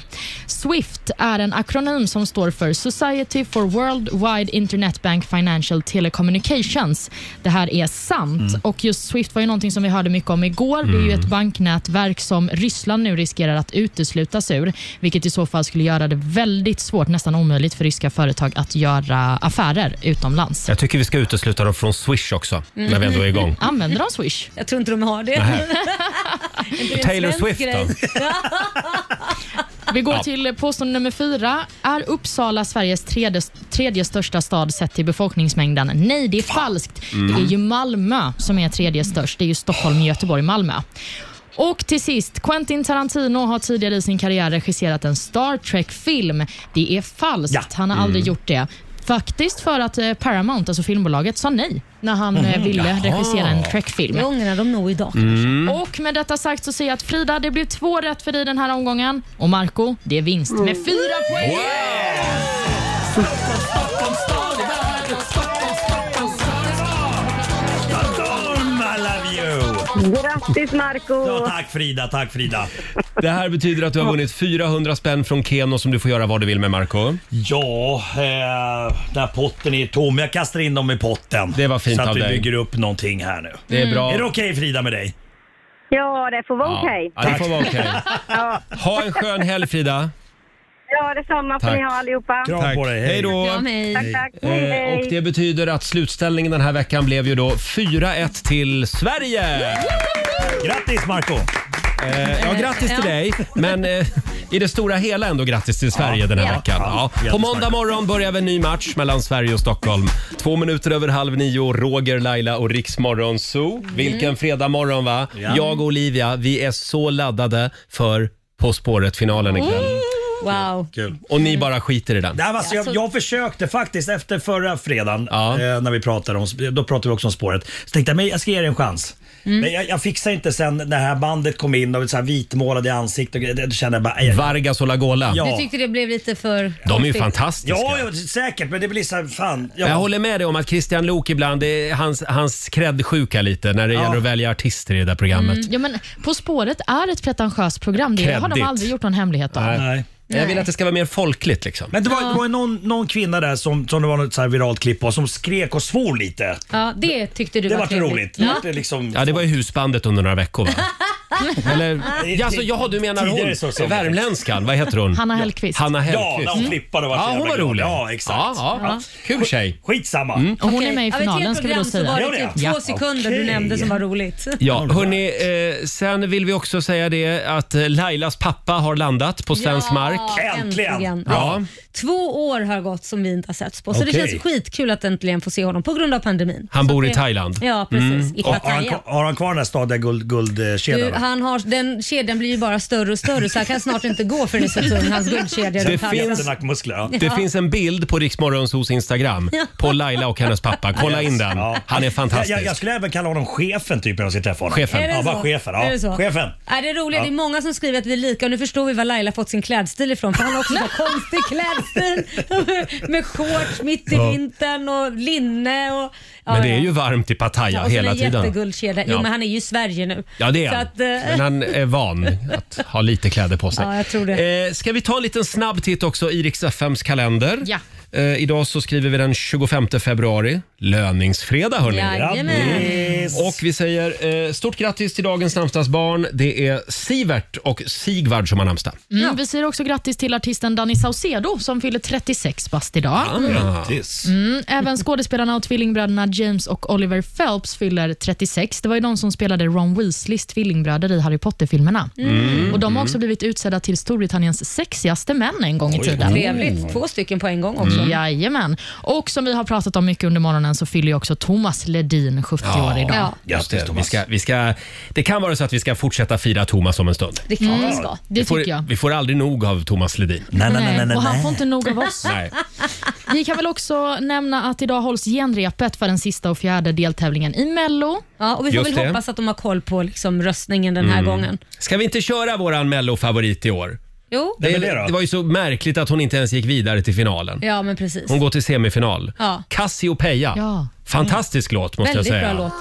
Swift är en akronym som står för Society for World Wide Internet Bank Financial Telecommunications. Det här är sant.
Mm.
Och just Swift var ju någonting som vi hörde mycket om igår. Det är ju ett
Mm.
banknätverk som Ryssland nu riskerar att uteslutas ur, vilket i så fall skulle göra det väldigt svårt, nästan omöjligt för ryska företag att göra affärer utomlands.
Jag tycker vi ska utesluta dem från Swish också, Mm. när vi ändå är igång.
Använder de Swish?
Jag tror inte de har det.
Nähä.
Inte det en
Taylor
svensk
Swift
grej.
då?
Vi går
Ja.
till påstående nummer fyra. Är Uppsala Sveriges tredje, tredje största stad sett till befolkningsmängden? Nej, det är falskt.
Mm.
Det är ju Malmö som är tredje störst. Det är ju Stockholm, Göteborg, Malmö. Och till sist, Quentin Tarantino har tidigare i sin karriär regisserat en Star Trek-film. Det är falskt. Han har aldrig
Mm.
gjort det. Faktiskt för att eh, Paramount, alltså filmbolaget, sa nej när han eh,
Mhm.
ville
Jaha.
regissera en Trek-film.
Det ångrar de nog idag.
Mm.
Och med detta sagt så säger jag att Frida, det blev två rätt för dig den här omgången. Och Marco, det är vinst med
Mm.
fyra poäng.
Storm, I love you!
Grattis Marco
Ja, tack Frida, tack Frida.
Det här betyder att du har vunnit 400 spänn från Keno som du får göra vad du vill med, Marco.
Ja, eh, den här potten är tom. Jag kastar in dem i potten. Det var
fint
Så att
av
vi
dig.
bygger upp någonting här nu.
Det är Mm. bra.
Är det okej Frida med dig?
Ja, det får vara
Ja.
okej.
Ja, det får vara okej. Ha en skön helg, Frida.
Ja, detsamma får
Tack.
ni ha allihopa.
Tack. Hej då!
Tack, tack.
Eh, och det betyder att slutställningen den här veckan blev ju då 4-1 till Sverige!
Grattis Marco
Eh, ja, grattis till dig, men eh, i det stora hela ändå grattis till Sverige den här
Ja.
veckan.
Ja.
Ja. På måndag morgon börjar vi en ny match mellan Sverige och Stockholm. Två minuter över halv nio, Roger, Laila och Riksmorgon Zoo. Vilken fredag morgon va?
Ja.
Jag och Olivia, vi är så laddade för På spåret-finalen ikväll.
Wow.
Och ni bara skiter i den.
Det här var så
Alltså,
jag, jag försökte faktiskt efter förra fredagen eh, när vi pratade om, då pratade vi också om spåret. Så tänkte jag, men jag ska ge er en chans.
Mm.
Men jag, jag fixade inte sen när det här bandet kom in och så här vitmålade i ansiktet. och grejer. Då kände jag bara... eh,
Vargas och Lagola.
Ja.
Du tyckte det blev lite för...
De är ju
konstigt.
fantastiska.
Ja, ja, säkert, men det blir så här, fan. Ja.
Jag håller med dig om att Christian Lok ibland, det är hans, hans kreddsjuka lite när det gäller att välja artister i det där programmet.
Mm, ja, men på spåret är ett pretentiöst program. Det har de
Kreddigt.
aldrig gjort någon hemlighet av.
Jag vill att det ska vara mer folkligt liksom.
Men det var,
Ja.
det var ju någon, någon kvinna där som, som det var något så här viralt klipp på som skrek och svor lite.
Ja, det tyckte du
det
var,
var
trevligt.
roligt.
Ja.
Det, liksom,
Ja, det var ju husbandet under några veckor va? Eller, ja, alltså, ja, du menar
Tidigare
hon,
så sa vi.
värmländskan, vad heter hon?
Hanna Hellquist.
Hanna
Ja,
Hellquist.
när hon flippade och var så
Ja, hon
jävla
var
glad.
rolig.
Ja, exakt.
Ja, ja.
Ja.
Kul tjej. Mm.
Skitsamma.
Och hon är med i
Ja, men ett
finalen
helt
ska vi då
program så
säga.
var det typ två sekunder du nämnde som var roligt.
Ja, hörni, eh, sen vill vi också säga det att eh, Lailas pappa har landat på svensk mark. Ja.
Två år har gått som vi inte har setts på, så det
Okej.
känns skitkul att äntligen få se honom på grund av pandemin.
Han
Så
bor i
det-
Thailand. Mm.
Ja, precis. I
Mm. Och, har, han,
Pattaya.
har han kvar den där stadiga guld, guldkedjan?
Du, han har, den kedjan blir ju bara större och större så han kan snart inte gå för den är så tung, hans guldkedja.
Det
runt halsen.
finns-
Nackmuskler, ja.
Det finns en bild på Riksmorgonsos Instagram
Ja.
på Laila och hennes pappa. Kolla in den.
Ja.
Han är fantastisk.
Jag, jag, jag skulle även kalla honom chefen typ när jag ska träffa honom.
Chefen.
Är det
Ja, bara
så?
chefen. Ja.
Är det så?
chefen.
Nej, det är roligt,
Ja.
det är många som skriver att vi är lika och nu förstår vi var Laila fått sin klädstil ifrån för han har också så konstig klädstil med shorts mitt i
Ja.
vintern och linne och... ja,
Men det är
ja.
ju varmt i
Ja,
Pattaya
och så
hela
en
tiden.
jätteguldkedja. Jo
Ja.
men han är ju i Sverige nu.
Ja, det är
Så
han.
att, eh,
Men alltså- han är van att ha lite kläder på sig.
Ja, jag tror det.
Eh, ska vi ta en liten snabb titt också i Rix FMs kalender?
Ja.
Eh, idag så skriver vi den 25 februari. Löningsfredag hörni. Mm.
Jajamän. Grattis.
Och vi säger eh, stort grattis till dagens namnsdagsbarn. Det är Sivert och Sigvard som har namnsdag.
Mm, Vi säger också grattis till artisten Danny Saucedo som fyller 36 bast idag.
Ah, grattis.
Mm, även skådespelarna och tvillingbröderna James och Oliver Phelps fyller 36. Det var ju de som spelade Ron Weasleys tvillingbröder i Harry Potter-filmerna.
Mm.
Och De har
Mm.
också blivit utsedda till Storbritanniens sexigaste män en gång i tiden.
Trevligt. Två stycken på en gång också.
Mm. Jajamän. Och som vi har pratat om mycket under morgonen så fyller ju också Thomas Ledin 70 år idag.
Just det. Vi ska, vi ska, det kan vara så att vi ska fortsätta fira Thomas om en stund.
Det kan vi ska. Det
vi, får,
tycker jag.
vi får aldrig nog av Thomas Ledin.
Och han får inte nog av oss.
Nej.
Vi kan väl också nämna att idag hålls genrepet för den sista och fjärde deltävlingen i Mello.
Ja, och vi får
Just
väl
det.
hoppas att de har koll på liksom, röstningen den här
Mm.
gången.
Ska vi inte köra våran mellofavorit i år?
Jo.
Det, det var ju så märkligt att hon inte ens gick vidare till finalen.
Ja, men precis.
Hon går till semifinal.
Ja.
Cassiopeia.
Ja.
Fantastisk låt måste
Väldigt
jag
bra
säga.
låt.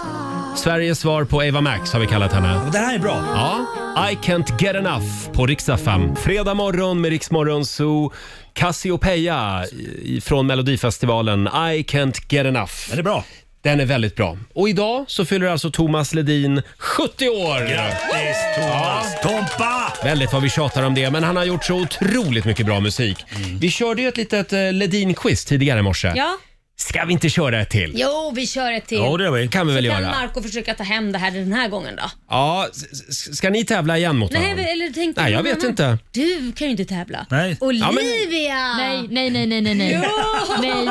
Sveriges svar på Eva Max har vi kallat henne.
Det här är bra.
Ja. I can't get enough på riksdag 5. Fredag morgon med Riksmorgon Zoo. Cassiopeia i- från Melodifestivalen. I can't get enough. Den
är bra.
Den är väldigt bra. Och idag så fyller alltså Thomas Ledin 70 år!
Grattis Thomas! Tompa!
Väldigt vad vi tjatar om det, men han har gjort så otroligt mycket bra musik.
Mm.
Vi körde ju ett litet eh, Ledin-quiz tidigare i morse.
Ja.
Ska vi inte köra ett till?
Jo, vi kör ett till.
vi. kan vi väl
Kan
göra.
Marco försöka ta hem det här den här gången då?
Ja, s- s- ska ni tävla igen mot
Nej,
varandra?
eller tänkte
Nej,
du
jag
någon
vet
annan?
inte.
Du kan ju inte tävla.
Nej.
Olivia!
Ja, men-
Nej,
nej, nej, nej, nej, nej. nej.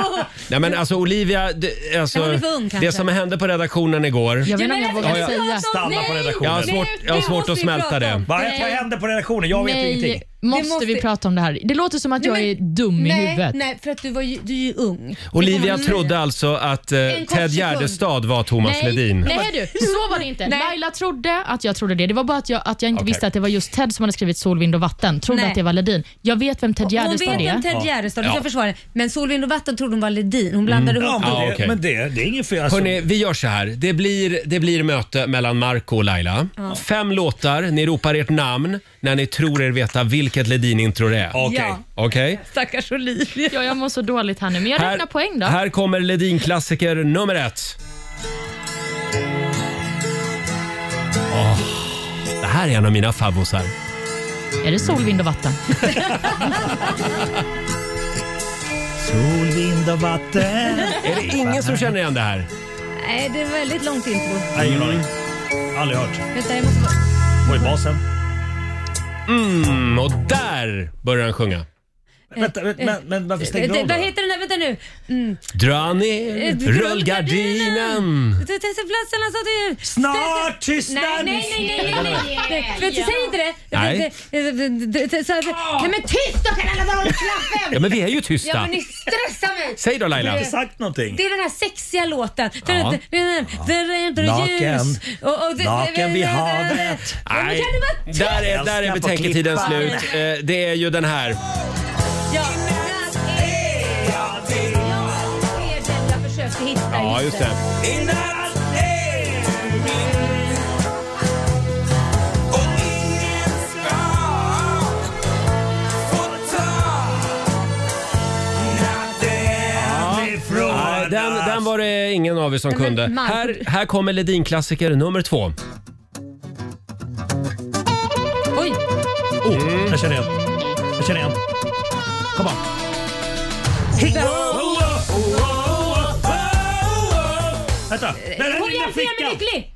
Nej men alltså Olivia, det,
Nej,
alltså,
hon är för ung, kanske.
det som hände på redaktionen igår.
Jag vet inte om jag vågar
Ja, jag-
säga.
Stanna på redaktionen.
Jag har svårt, jag har svårt att smälta det.
Vad vad hände på redaktionen? Jag vet
nej,
ingenting.
Måste, vi prata om det här? Det låter som att jag är dum i
nej,
huvudet.
Nej, för att du, var ju, du är ju ung.
Olivia trodde alltså att eh,
En kort
Ted
sekund.
Gärdestad var Thomas
nej,
Ledin. Mm.
Nej du, så var det inte. Laila trodde att jag trodde det. Det var bara att jag, att jag inte visste att det var just Ted som hade skrivit Sol, vind och vatten. Trodde
Nej.
att det var Ledin. Jag vet vem Ted
Hon
Gärdestad är.
vet vem Ted Gärdestad du
Ja.
kan försvara det. Men Solvind och vatten trodde hon var Ledin. Hon blandade
Mm.
ihop
Ja,
dem.
men det- okej.
Men det, det är inget fel. Alltså.
Hörni, vi gör så här. Det blir, det blir möte mellan Marco och Laila.
Ja.
Fem låtar, ni ropar ert namn när ni tror er veta vilket Ledin-intro det är.
Okej. Ja.
Okej?
Stackars Olivia.
Ja, jag mår så dåligt här nu, men jag
Här-
räknar poäng då.
Här kommer Ledin-klassiker nummer ett. Åh, det här är en av mina favvosar.
Är det sol, vind och vatten?
Sol, vind och vatten.
Är det ingen som känner igen det här?
Nej, det är ett väldigt långt intro.
Nej, ingen aning. Aldrig hört.
Vänta, jag måste bara...
Var är basen?
Mm, och där börjar han sjunga.
Vänta, vänta, men, men varför stängde du
Eh, Det-
av
Vad
då?
heter den där? Vänta nu. Mm.
Dra
Eh,
Eh,
ner rullgardinen.
Du testar platserna så att du...
Snart tystnar
Nej, nej, nej, nej, nej, nej, nej. Vet du, Säg inte det.
Nej. Ah!
Så att- Nej men tyst då kan alla dra åt klaffen.
Ja, men vi är ju tysta.
Ja men ni stressar mig.
Säg då Laila.
Det-
någonting.
Det är den här sexiga låten. För
Ja.
att det är inte
Naken.
ljus. Och- och det-
Naken vid havet.
Ja, men
Nej,
kan det vara-
där är, där är
Älskar på
betänketiden
klippan.
slut. Eh, Det är ju den här.
Ja. Jag försökte hitta
Ja, just det. Nej, Den, den var det ingen av er som
Nej, men
kunde.
Marco-
Här, här kommer Ledin-klassiker nummer två.
Oj!
Oh, jag känner igen. Jag känner igen. Kom on. Vänta. Den
Hon gör allt för att göra mig lycklig!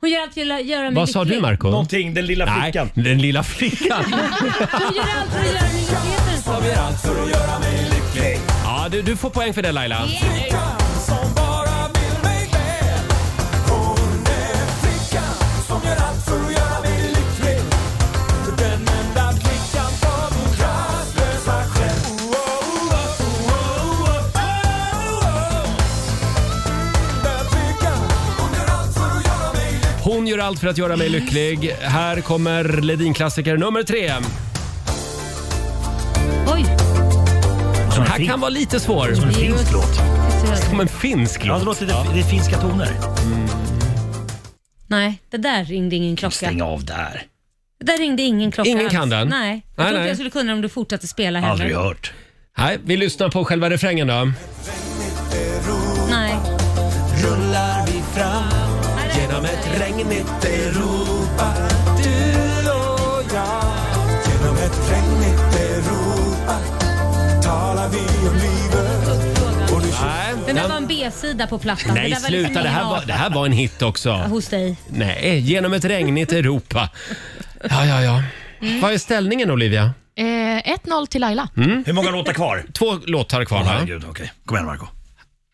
Hon gör allt för att göra mig
Vad sa
lycklig.
du Marco?
Någonting, den lilla
flickan. Nej, den lilla flickan.
Du gör allt för att göra mig lycklig. heter den så?
Ja, du, du får poäng för det Laila. Hon gör allt för att göra mig lycklig. Här kommer Ledin-klassiker nummer tre.
Oj!
Den här kan vara lite svår.
Som en finsk låt.
Som en finsk
Ja,
låt.
det låter lite det är finska toner.
Nej, det där ringde ingen klocka.
Stäng av där.
Det där ringde ingen klocka
Ingen
alls.
kan den?
Nej. Jag
Nej,
trodde
nej.
jag skulle kunna om du fortsatte spela heller.
Aldrig hört.
Nej, vi lyssnar på själva refrängen då.
Nej.
Rullar vi fram genom ett regnigt Europa
Du och jag Genom ett regnigt Europa Talar vi om livet och nu
Nej,
Men det
den-
var en B-sida på plattan.
Nej,
där var liksom
sluta. Det här
ingen
var,
A.
det här var en hit
Ja,
också.
Hos dig.
Nej, genom ett regnigt Europa. Ja, ja, ja.
Mm.
Vad är ställningen Olivia?
Eh, 1-0 till Laila.
Hur många låtar kvar?
Mm. Två låtar kvar
Åh,
va?
herregud, okej. Kom igen Marco.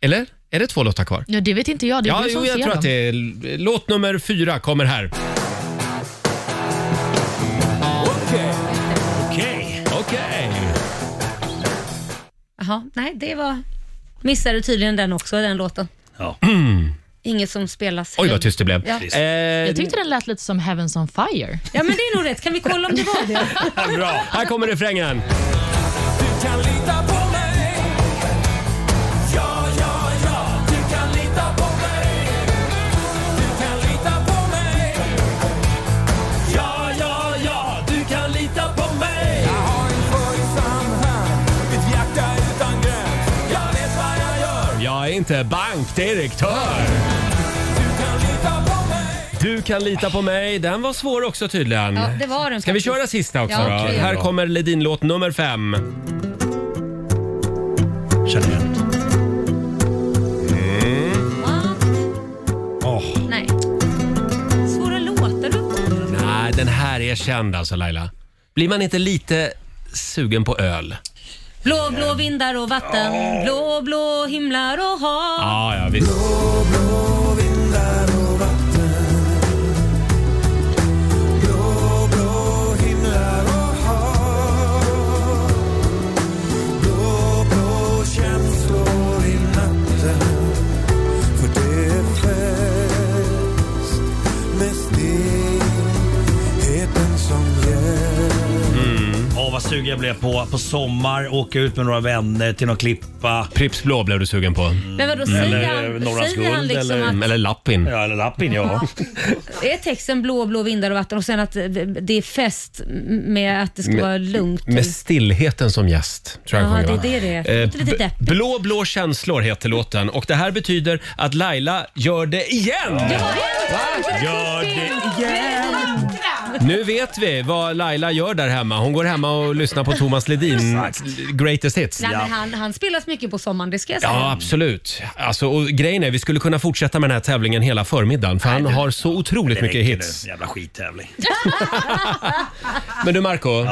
Eller? Är det två låtar kvar?
Ja, det vet inte jag. Det är
Ja,
du som
jo, jag
ser
tror
dem.
att det är... Låt nummer fyra kommer här.
Okej.
Okej.
Jaha, nej det var... Missade tydligen den också, den låten.
Ja.
Inget som spelas.
Mm. Oj, vad tyst det blev.
Ja.
Eh,
Jag tyckte den lät lite som Heavens on fire.
Ja, men det är nog rätt. Kan vi kolla om det var det?
Bra, här kommer refrängen.
Du kan lita på mig Ja, ja, ja Du kan lita på mig Du kan lita på mig Ja, ja, ja Du kan lita på mig Jag har en följsam hand Mitt hjärta utan gräns Jag vet vad jag gör
Jag är inte bankdirektör. Du kan lita på mig. Den var svår också tydligen.
Ja, det var den
Ska vi
faktiskt.
köra sista också
Ja,
då?
okej.
Här
Bra.
kommer Ledin-låt nummer fem. Känner igen. Mm.
Nej. Svåra låtar du
Nej, den här är känd alltså Laila. Blir man inte lite sugen på öl?
Blå, blå vindar och vatten. Blå, blå himlar och hav.
Ja, ja visst. Mm.
Åh, vad sugen jag blev på, på sommar, åka ut med några vänner till någon klippa.
Pripps blå blev du sugen på. Mm.
Men vadå, säger han-
eh, Norrlands
säger han
guld
liksom
eller,
att-
eller Lappin.
Ja, eller
Mm.
Lappin ja.
Är texten blå, blå vindar och vatten och sen att det- det är fest med att det ska
Med-
vara lugnt?
Med stillheten som gäst, tror jag
Ja,
han sjunger,
det är
va?
det det är.
Eh,
Låter lite
b-
deppigt.
Blå, blå känslor heter låten och det här betyder att Laila gör det igen!
Gör det igen!
Nu vet vi vad Laila gör där hemma. Hon går hemma och lyssnar på Thomas Ledin, Greatest Hits.
Nej, men han, han spelas mycket på sommaren, det ska jag säga.
eh,
Ja, absolut. Alltså, och grejen är, vi skulle kunna fortsätta med den här tävlingen hela förmiddagen för han har så otroligt
Det
mycket
räcker
hits.
nu. Jävla skittävling.
Men du Marco,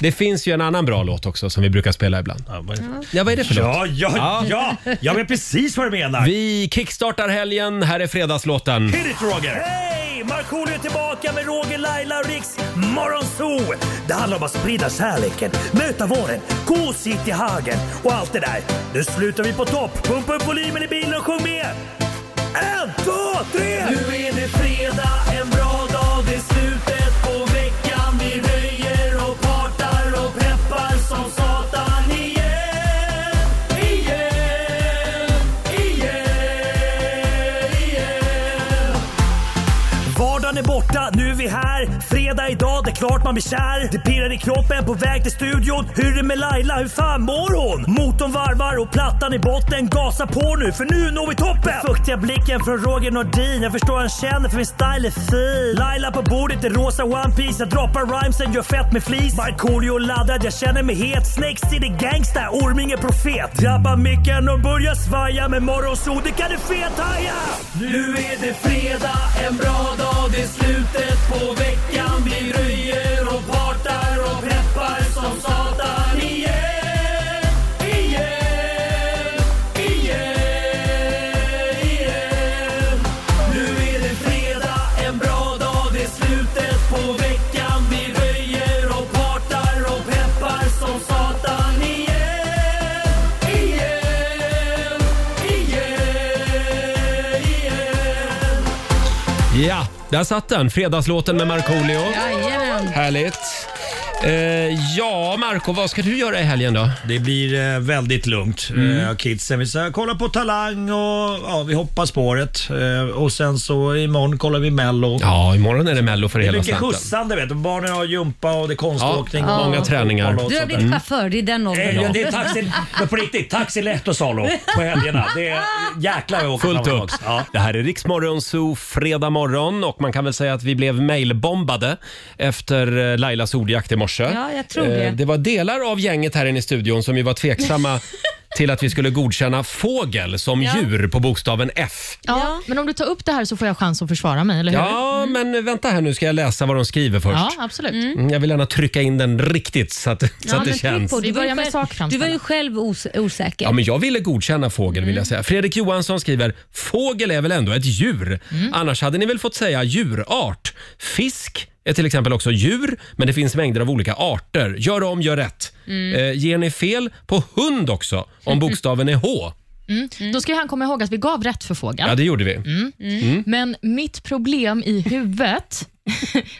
det finns ju en annan bra låt också som vi brukar spela ibland.
Ja, vad är det för-
Ja, vad är det för
Ja,
låt?
ja, ja! Jag vet precis vad du menar.
Vi kickstartar helgen. Här är fredagslåten.
Hit it Roger!
Hej! Markoolio är tillbaka med Roger, Laila och Riks Morgonzoo! Det handlar om att sprida kärleken, möta våren, gosigt i hagen och allt det där. Nu slutar vi på topp! Pumpa upp volymen i bilen och sjung med! En, två, tre! Nu är det fredag, en bra dag, det är slutet på veckan. Vi röjer och partar och peppar som satan igen, igen, igen, igen. Vardagen är borta, nu är vi här. Fredag idag, det är klart man blir kär. Det pirrar i kroppen på väg till studion. Hur är det med Laila, hur fan mår hon? Motorn varvar och plattan i botten. Gasa på nu, för nu når vi toppen! Den fuktiga blicken från Roger Nordin. Jag förstår han känner, för min style är fin. Laila på bordet i rosa One Piece Jag droppar rhymesen, gör fett med flis. Markoolio laddad, jag känner mig het. Snakes city gangsta, Orming är profet. Drabbar micken och börjar svaja. Med morgonsol, det kan du fethaja! Nu är det fredag, en bra dag, det är slutet på veckan. Vi röjer och partar och peppar som satan igen. Igen, igen, igen. Nu är det fredag, en bra dag, det är slutet på veckan. Vi röjer och partar och peppar som satan igen. Igen, igen, igen.
Ja, där satt den. Fredagslåten med Markoolio.
Jajamän.
Härligt. Eh, ja, Marco, vad ska du göra i helgen då?
Det blir eh, väldigt lugnt.
Mm.
Eh, kidsen, vi ska kolla på Talang och ja, vi hoppar spåret. Eh, och sen så imorgon kollar vi Mello.
Ja, imorgon är det Mello för
Det är
hela
mycket
slanten.
skjutsande vet du. Barnen har jumpa och det är konståkning.
Ja,
och
många träningar.
fotboll och
Du har
sånt där.
Mm.
blivit chaufför, det är den åldern.
Eh, Ja, det är taxi, men på riktigt, taxi lätt och salo på helgerna. Det är jäklar vad jag åker
Fullt
fram och
upp.
tillbaks. Ja.
Det här är Riksmorgon Zoo fredag morgon och man kan väl säga att vi blev mailbombade efter eh, Lailas ordjakt i morse.
Ja, jag tror det.
Eh, Det var delar av gänget här inne i studion som ju var tveksamma till att vi skulle godkänna fågel som
Ja.
djur på bokstaven F.
Ja, men om du tar upp det här så får jag chans att försvara mig, eller hur?
Ja,
Mm.
men vänta här nu ska jag läsa vad de skriver först.
Ja, absolut.
Mm, Jag vill gärna trycka in den riktigt så att, så
Ja,
att det
men tryck
känns.
på. Du
Vi
var ju
börjar med
själv- Du
sakframställan.
var ju själv os osäker.
Ja, men jag ville godkänna fågel vill
Mm.
jag säga. Fredrik Johansson skriver, fågel är väl ändå ett djur?
Mm.
Annars hade ni väl fått säga djurart? Fisk är till exempel också djur, men det finns mängder av olika
Mm.
arter. Gör om, gör rätt. Eh, ger ni fel på hund också, om bokstaven är H?
Mm. Då ska ju han komma ihåg att vi gav rätt förfrågan.
Ja, det gjorde vi.
Mm.
Mm.
Men mitt problem i huvudet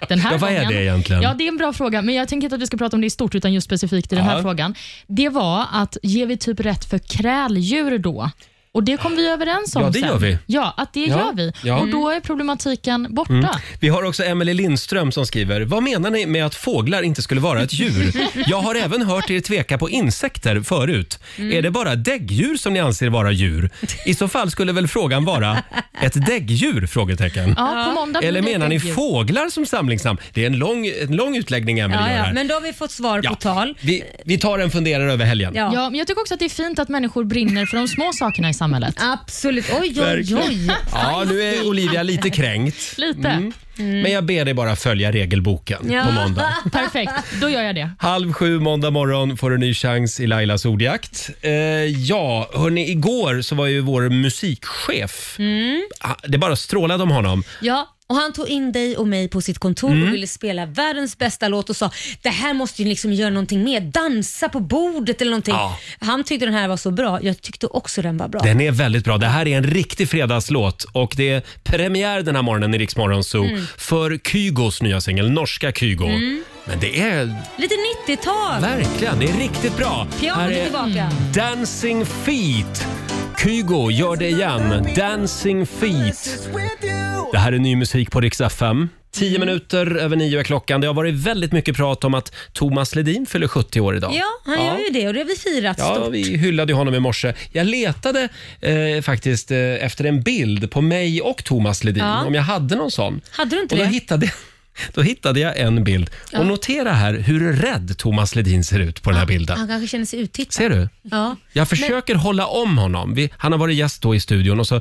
den här
Ja, vad är
gången,
det egentligen?
Ja, det är en bra fråga, men jag tänker inte att vi ska prata om det i stort, utan just specifikt i den här
Ja.
frågan. Det var att ger vi typ rätt för kräldjur då? Och det kom vi överens om
Ja, det
sen.
gör vi.
Ja, att det
Ja,
gör vi.
ja.
Och då är problematiken borta.
Mm. Vi har också Emelie Lindström som skriver, vad menar ni med att fåglar inte skulle vara ett djur? Jag har även hört er tveka på insekter förut.
Mm.
Är det bara däggdjur som ni anser vara djur? I så fall skulle väl frågan vara ett däggdjur? Frågetecken.
Ja, på måndag blir
Eller
det ett
menar ni
däggdjur.
fåglar som samlingsnamn? Det är en lång, en lång utläggning Emelie
Ja,
gör
ja,
här.
men då har vi fått svar på tal.
Vi, vi tar en funderare över helgen.
Ja. men jag tycker också att det är fint att människor brinner för de små sakerna i samhället.
Absolut. Oj, oj,
Verkligen.
oj.
Ja, nu är Olivia lite kränkt.
Lite.
Mm.
Mm.
Men jag ber dig bara följa regelboken på måndag.
Perfekt, då gör jag det.
Halv sju måndag morgon får du en ny chans i Lailas ordjakt. Eh, ja, hörni, igår så var ju vår musikchef,
Mm.
ah, det bara strålade om honom.
Ja, och han tog in dig och mig på sitt kontor
Mm.
och ville spela världens bästa låt och sa det här måste ju liksom göra någonting mer, dansa på bordet eller någonting.
Ja.
Han tyckte den här var så bra, jag tyckte också den var bra.
Den är väldigt bra. Det här är en riktig fredagslåt och det är premiär den här morgonen i Rix Morgon Zoo
Mm.
för Kygos nya singel, norska Kygo.
Mm.
Men det är
Lite 90-tal.
verkligen, det är riktigt bra.
Pianot
Här
är
är Mm.
tillbaka.
Dancing Feet. Kygo gör det igen. Dancing Feet. Det här är ny musik på Rix FM. Tio minuter över nio är klockan. Det har varit väldigt mycket prat om att Thomas Ledin fyller 70 år idag.
Ja, han gör ju det och det har vi firat
Ja,
stort.
vi hyllade ju honom i morse. Jag letade eh, faktiskt eh, efter en bild på mig och Thomas Ledin,
Ja.
om jag hade någon sån.
Hade du inte
och då
det?
hittade, då hittade jag en bild.
Ja.
Och notera här hur rädd Thomas Ledin ser ut på den här
Han
bilden.
kanske känner sig uttittad.
Ser du?
Ja.
Jag försöker hålla om honom. Vi, han har varit gäst då i studion och så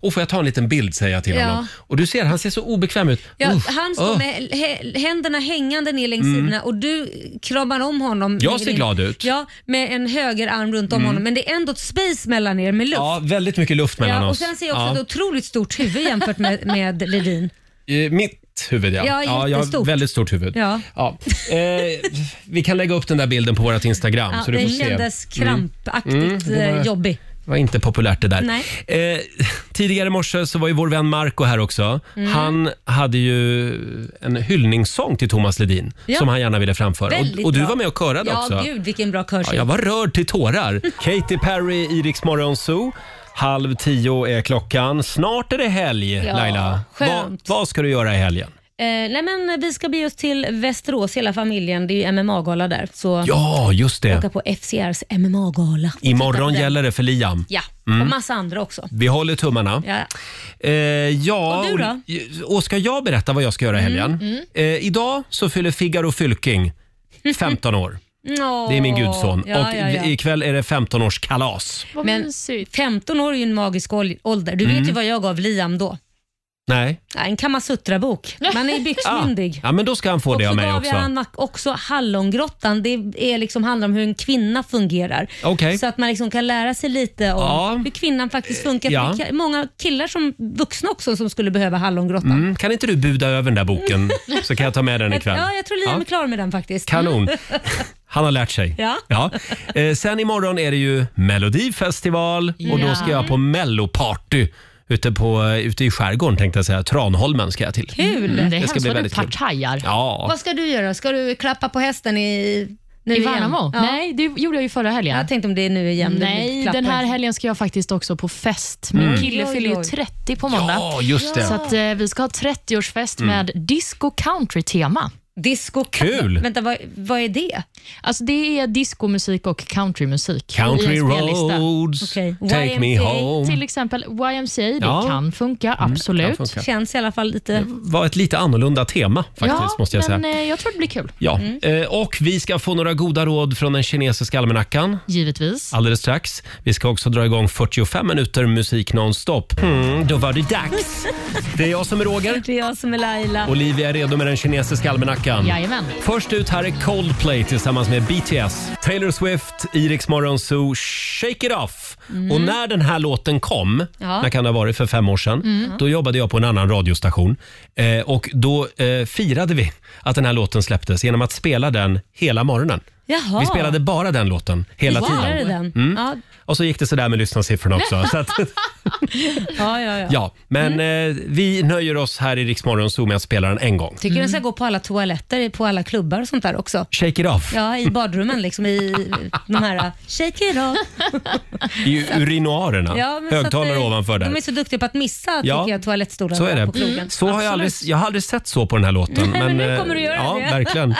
och får jag ta en liten bild säger jag till
Ja.
honom. Och du ser, han ser så obekväm ut.
Ja,
Uff,
han står
öh.
med hä- händerna hängande ner längs
Mm.
sidorna och du kramar om honom.
Jag
med
ser
din-
glad ut.
Ja, med en höger arm runt om
Mm.
honom. Men det är ändå ett space mellan er med luft.
Ja, väldigt mycket luft mellan
ja, och
oss.
sen ser jag också
Ja.
ett otroligt stort huvud jämfört med, med Ledin.
Eh, Mitt huvud, ja.
Ja,
jag har
jättestort.
väldigt stort huvud.
Ja.
Ja. Eh, vi kan lägga upp den där bilden på vårt Instagram.
Ja,
så du
den
får se. Mm.
kändes krampaktigt
det var-
eh, jobbig.
Det var inte populärt det där.
Nej.
Eh, tidigare i morse så var ju vår vän Marco här också.
Mm.
Han hade ju en hyllningssång till Thomas Ledin
Ja.
som han gärna ville framföra.
Väldigt
Och, och du
bra.
var med och körade
ja,
också.
Ja, gud vilken bra kör.
Ja, jag var rörd till tårar. Katy Perry i Rix Morgon Zoo. Halv tio är klockan. Snart är det helg,
Ja,
Laila.
skönt.
Vad- vad ska du göra i helgen?
eh, nej, men vi ska bege oss till Västerås, hela familjen. Det är ju MMA-gala där. Så
Ja, just det.
åka på FCRs MMA-gala.
Imorgon gäller det för Liam.
Ja,
Mm.
och massa andra också.
Vi håller tummarna.
Ja.
Eh, ja,
Och du då?
Och, och ska jag berätta vad jag ska göra i helgen?
Mm, mm.
Eh, idag så fyller Figaro Fylking 15 år. Det är min gudson.
Ja,
och
ja, ja.
i- ikväll är det 15-årskalas.
Men 15 år är ju en magisk ål- ålder. Du
Mm.
vet ju vad jag gav Liam då.
Nej.
Ja, En Kamasutra-bok. Man är byxmyndig.
Ja, men då ska han få det av
Så
mig
gav jag
också.
han också Hallongrottan. Det är liksom, handlar om hur en kvinna fungerar.
Okej.
Så att man liksom kan lära sig lite om
Ja.
hur kvinnan faktiskt funkar.
Ja.
Ja. Det är många killar som vuxna också som skulle behöva Hallongrottan.
Mm, kan inte du buda över den där boken så kan jag ta med den
Jag-
ikväll.
Ja, jag tror Liam är klar med den faktiskt.
Kanon. Han har lärt sig.
Ja.
Eh, sen imorgon är det ju Melodifestival och då
Ja.
ska jag på melloparty ute, på, eh, ute i skärgården tänkte jag säga. Tranholmen ska jag till.
Kul!
Mm, det ska bli väldigt kul.
partajar.
Ja.
Vad ska du göra? Ska du klappa på hästen i, nu
I
igen?
Värnamo? Nej, det gjorde jag ju förra helgen.
Jag tänkte om det är nu igen.
Nej, den här helgen ska jag faktiskt också på fest. Min
Mm.
kille
Oj,
fyller ju
oj.
30 på måndag.
Ja, just det.
Så att, eh, vi ska ha 30-årsfest
Mm.
med disco country-tema.
Disco
Kul.
Vänta, vad, vad är det?
Alltså, det är discomusik och countrymusik.
Country
i en spellista.
roads, Okej. take me home.
Till exempel YMCA, det
Ja. Mm,
kan funka,
kan
absolut.
funka.
Känns i alla fall lite...
var ett lite annorlunda tema faktiskt
ja,
måste jag säga.
men eh, jag tror det blir kul.
Ja.
Mm.
Eh, Och vi ska få några goda råd från den kinesiska almanackan.
Givetvis.
Alldeles strax. Vi ska också dra igång 45 minuter musik nonstop. Mm, då var det dags. Det är jag som är Roger.
Det är jag som är Laila.
Olivia är redo med den kinesiska almanackan.
Jajamän.
Först ut här är Coldplay tillsammans med BTS. Taylor Swift, Iriks Morgonzoo, Shake It Off.
Mm.
Och när den här låten kom,
Ja.
när kan det ha varit, för fem år sedan,
Mm.
då jobbade jag på en annan radiostation. Eh, och då eh, firade vi att den här låten släpptes genom att spela den hela morgonen.
Jaha.
Vi spelade bara den låten hela
Wow. Spelade
tiden.
den?
Mm.
Ja.
Och så gick det sådär med lyssnarsiffrorna också. Så att,
Ja, ja, ja.
ja. Men
Mm.
eh, vi nöjer oss här i Riksmorgon Zoo med att spela den en gång.
Tycker den ska gå på alla toaletter, på alla klubbar och sånt där också.
Mm. Shake it off
Ja, i badrummen liksom. I de här, shake it off.
i urinoarerna.
Ja, men så att,
Högtalare
eh,
ovanför där.
De är så duktiga på att missa
Ja,
tycker jag, toalettstolarna
Så är
på
det.
krogen.
Så har jag, aldrig, jag har aldrig sett så på den här låten.
Nej, men nu
eh,
kommer du göra
ja,
det.
Verkligen.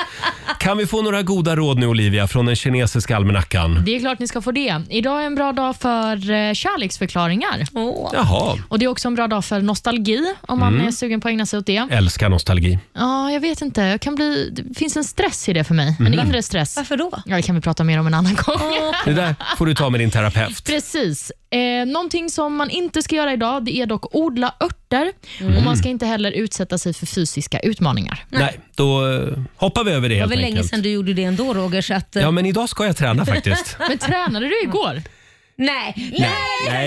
Kan vi få några goda råd nu Olivia från den kinesiska almanackan?
Det är klart ni ska få det. Idag är en bra dag för eh, kärleksförklaringar.
Jaha.
Och Det är också en bra dag för nostalgi, om man
Mm.
är sugen på att ägna sig åt det.
Älskar nostalgi.
Ja, jag vet inte. Jag kan bli, det finns en stress i det för mig. En
Mm.
inre stress.
Varför då?
Ja, det kan vi prata mer om en annan gång.
Det där får du ta med din terapeut.
Precis. Eh, någonting som man inte ska göra idag det är dock odla örter.
Mm.
Och Man ska inte heller utsätta sig för fysiska utmaningar.
Nej, då eh, hoppar vi över det
Det var
helt
väl länge
enkelt.
sedan du gjorde det ändå Roger. Så att, eh,
Ja, men idag ska jag träna faktiskt.
Men tränade du igår?
Nej,
Nej,
nej,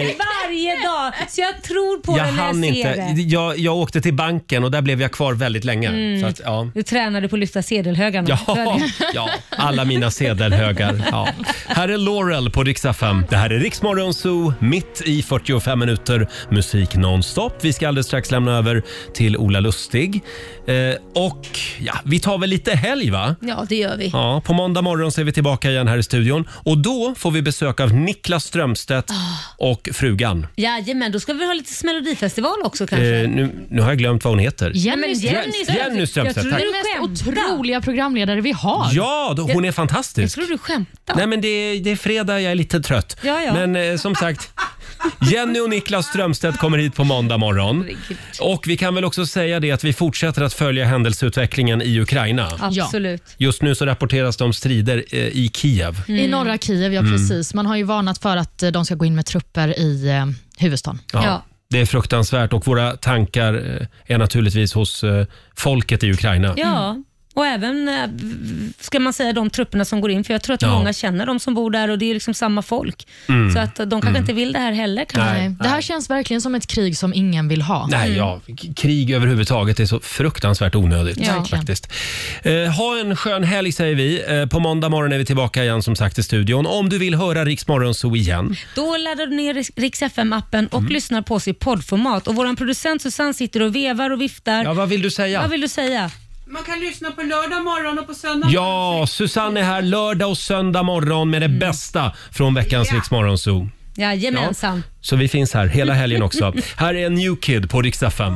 nej.
varje dag. Så jag tror på
Jag
det när jag
hann
ser
inte.
det.
Jag, jag åkte till banken och där blev jag kvar väldigt länge.
Mm.
Så att, ja.
Du tränade på att lyfta sedelhögarna.
Ja, ja, alla mina sedelhögar. Ja. Här är Laurel på Riksdag 5. Det här är Riksmorgon Zoo, mitt i 45 minuter musik nonstop. Vi ska alldeles strax lämna över till Ola Lustig. Eh, och ja, vi tar väl lite helg va?
Ja, det gör vi.
Ja, på måndag morgon så är vi tillbaka igen här i studion och då får vi besök av Niklas Strömstedt och frugan.
Jajamän, då ska vi ha lite melodifestival också
Eh,
kanske.
nu, nu har jag glömt vad hon heter.
Jenny,
Jenny Strömstedt. Jenny Strömstedt,
Jag tror
tack.
du är den mest otroliga programledare vi har.
Ja, då, hon är
Jag
fantastisk.
tror du skämtar.
Nej, men det är, det är fredag, jag är lite trött.
Ja, ja.
Men eh, som sagt, Jenny och Niklas Strömstedt kommer hit på måndag morgon. Och vi kan väl också säga det att vi fortsätter att följa händelseutvecklingen i Ukraina.
Absolut.
Just nu så rapporteras det om strider eh, i Kiev.
I norra Kiev, ja
Mm.
precis. Man har ju varnat för att eh, de ska gå in med trupper i eh, huvudstaden.
Ja. Det är fruktansvärt och våra tankar eh, är naturligtvis hos eh, folket i Ukraina.
Ja, och även eh, ska man säga de trupperna som går in, för jag tror att
Ja.
många känner de som bor där och det är liksom samma folk.
Mm.
Så att de kanske
Mm.
inte vill det här heller. Kanske.
Nej.
Det här känns verkligen som ett krig som ingen vill ha.
Nej, ja. k- Krig överhuvudtaget är så fruktansvärt onödigt.
Ja. Verkligen.
faktiskt. Eh, ha en skön helg säger vi. Eh, på måndag morgon är vi tillbaka igen som sagt i studion. Om du vill höra Rix Morgonzoo igen.
Då laddar du ner Rix FM-appen och
Mm.
lyssnar på oss i poddformat. Och vår producent Susanne sitter och vevar och viftar.
Ja, vad vill du säga?
Vad vill du säga?
Man kan lyssna på lördag morgon och på söndag
Ja, Susanne är här lördag och söndag morgon med det bästa från veckans Rix Morgonzoo.
Jajamensan.
Så vi finns här hela helgen också. här är New Kid på Rix FM.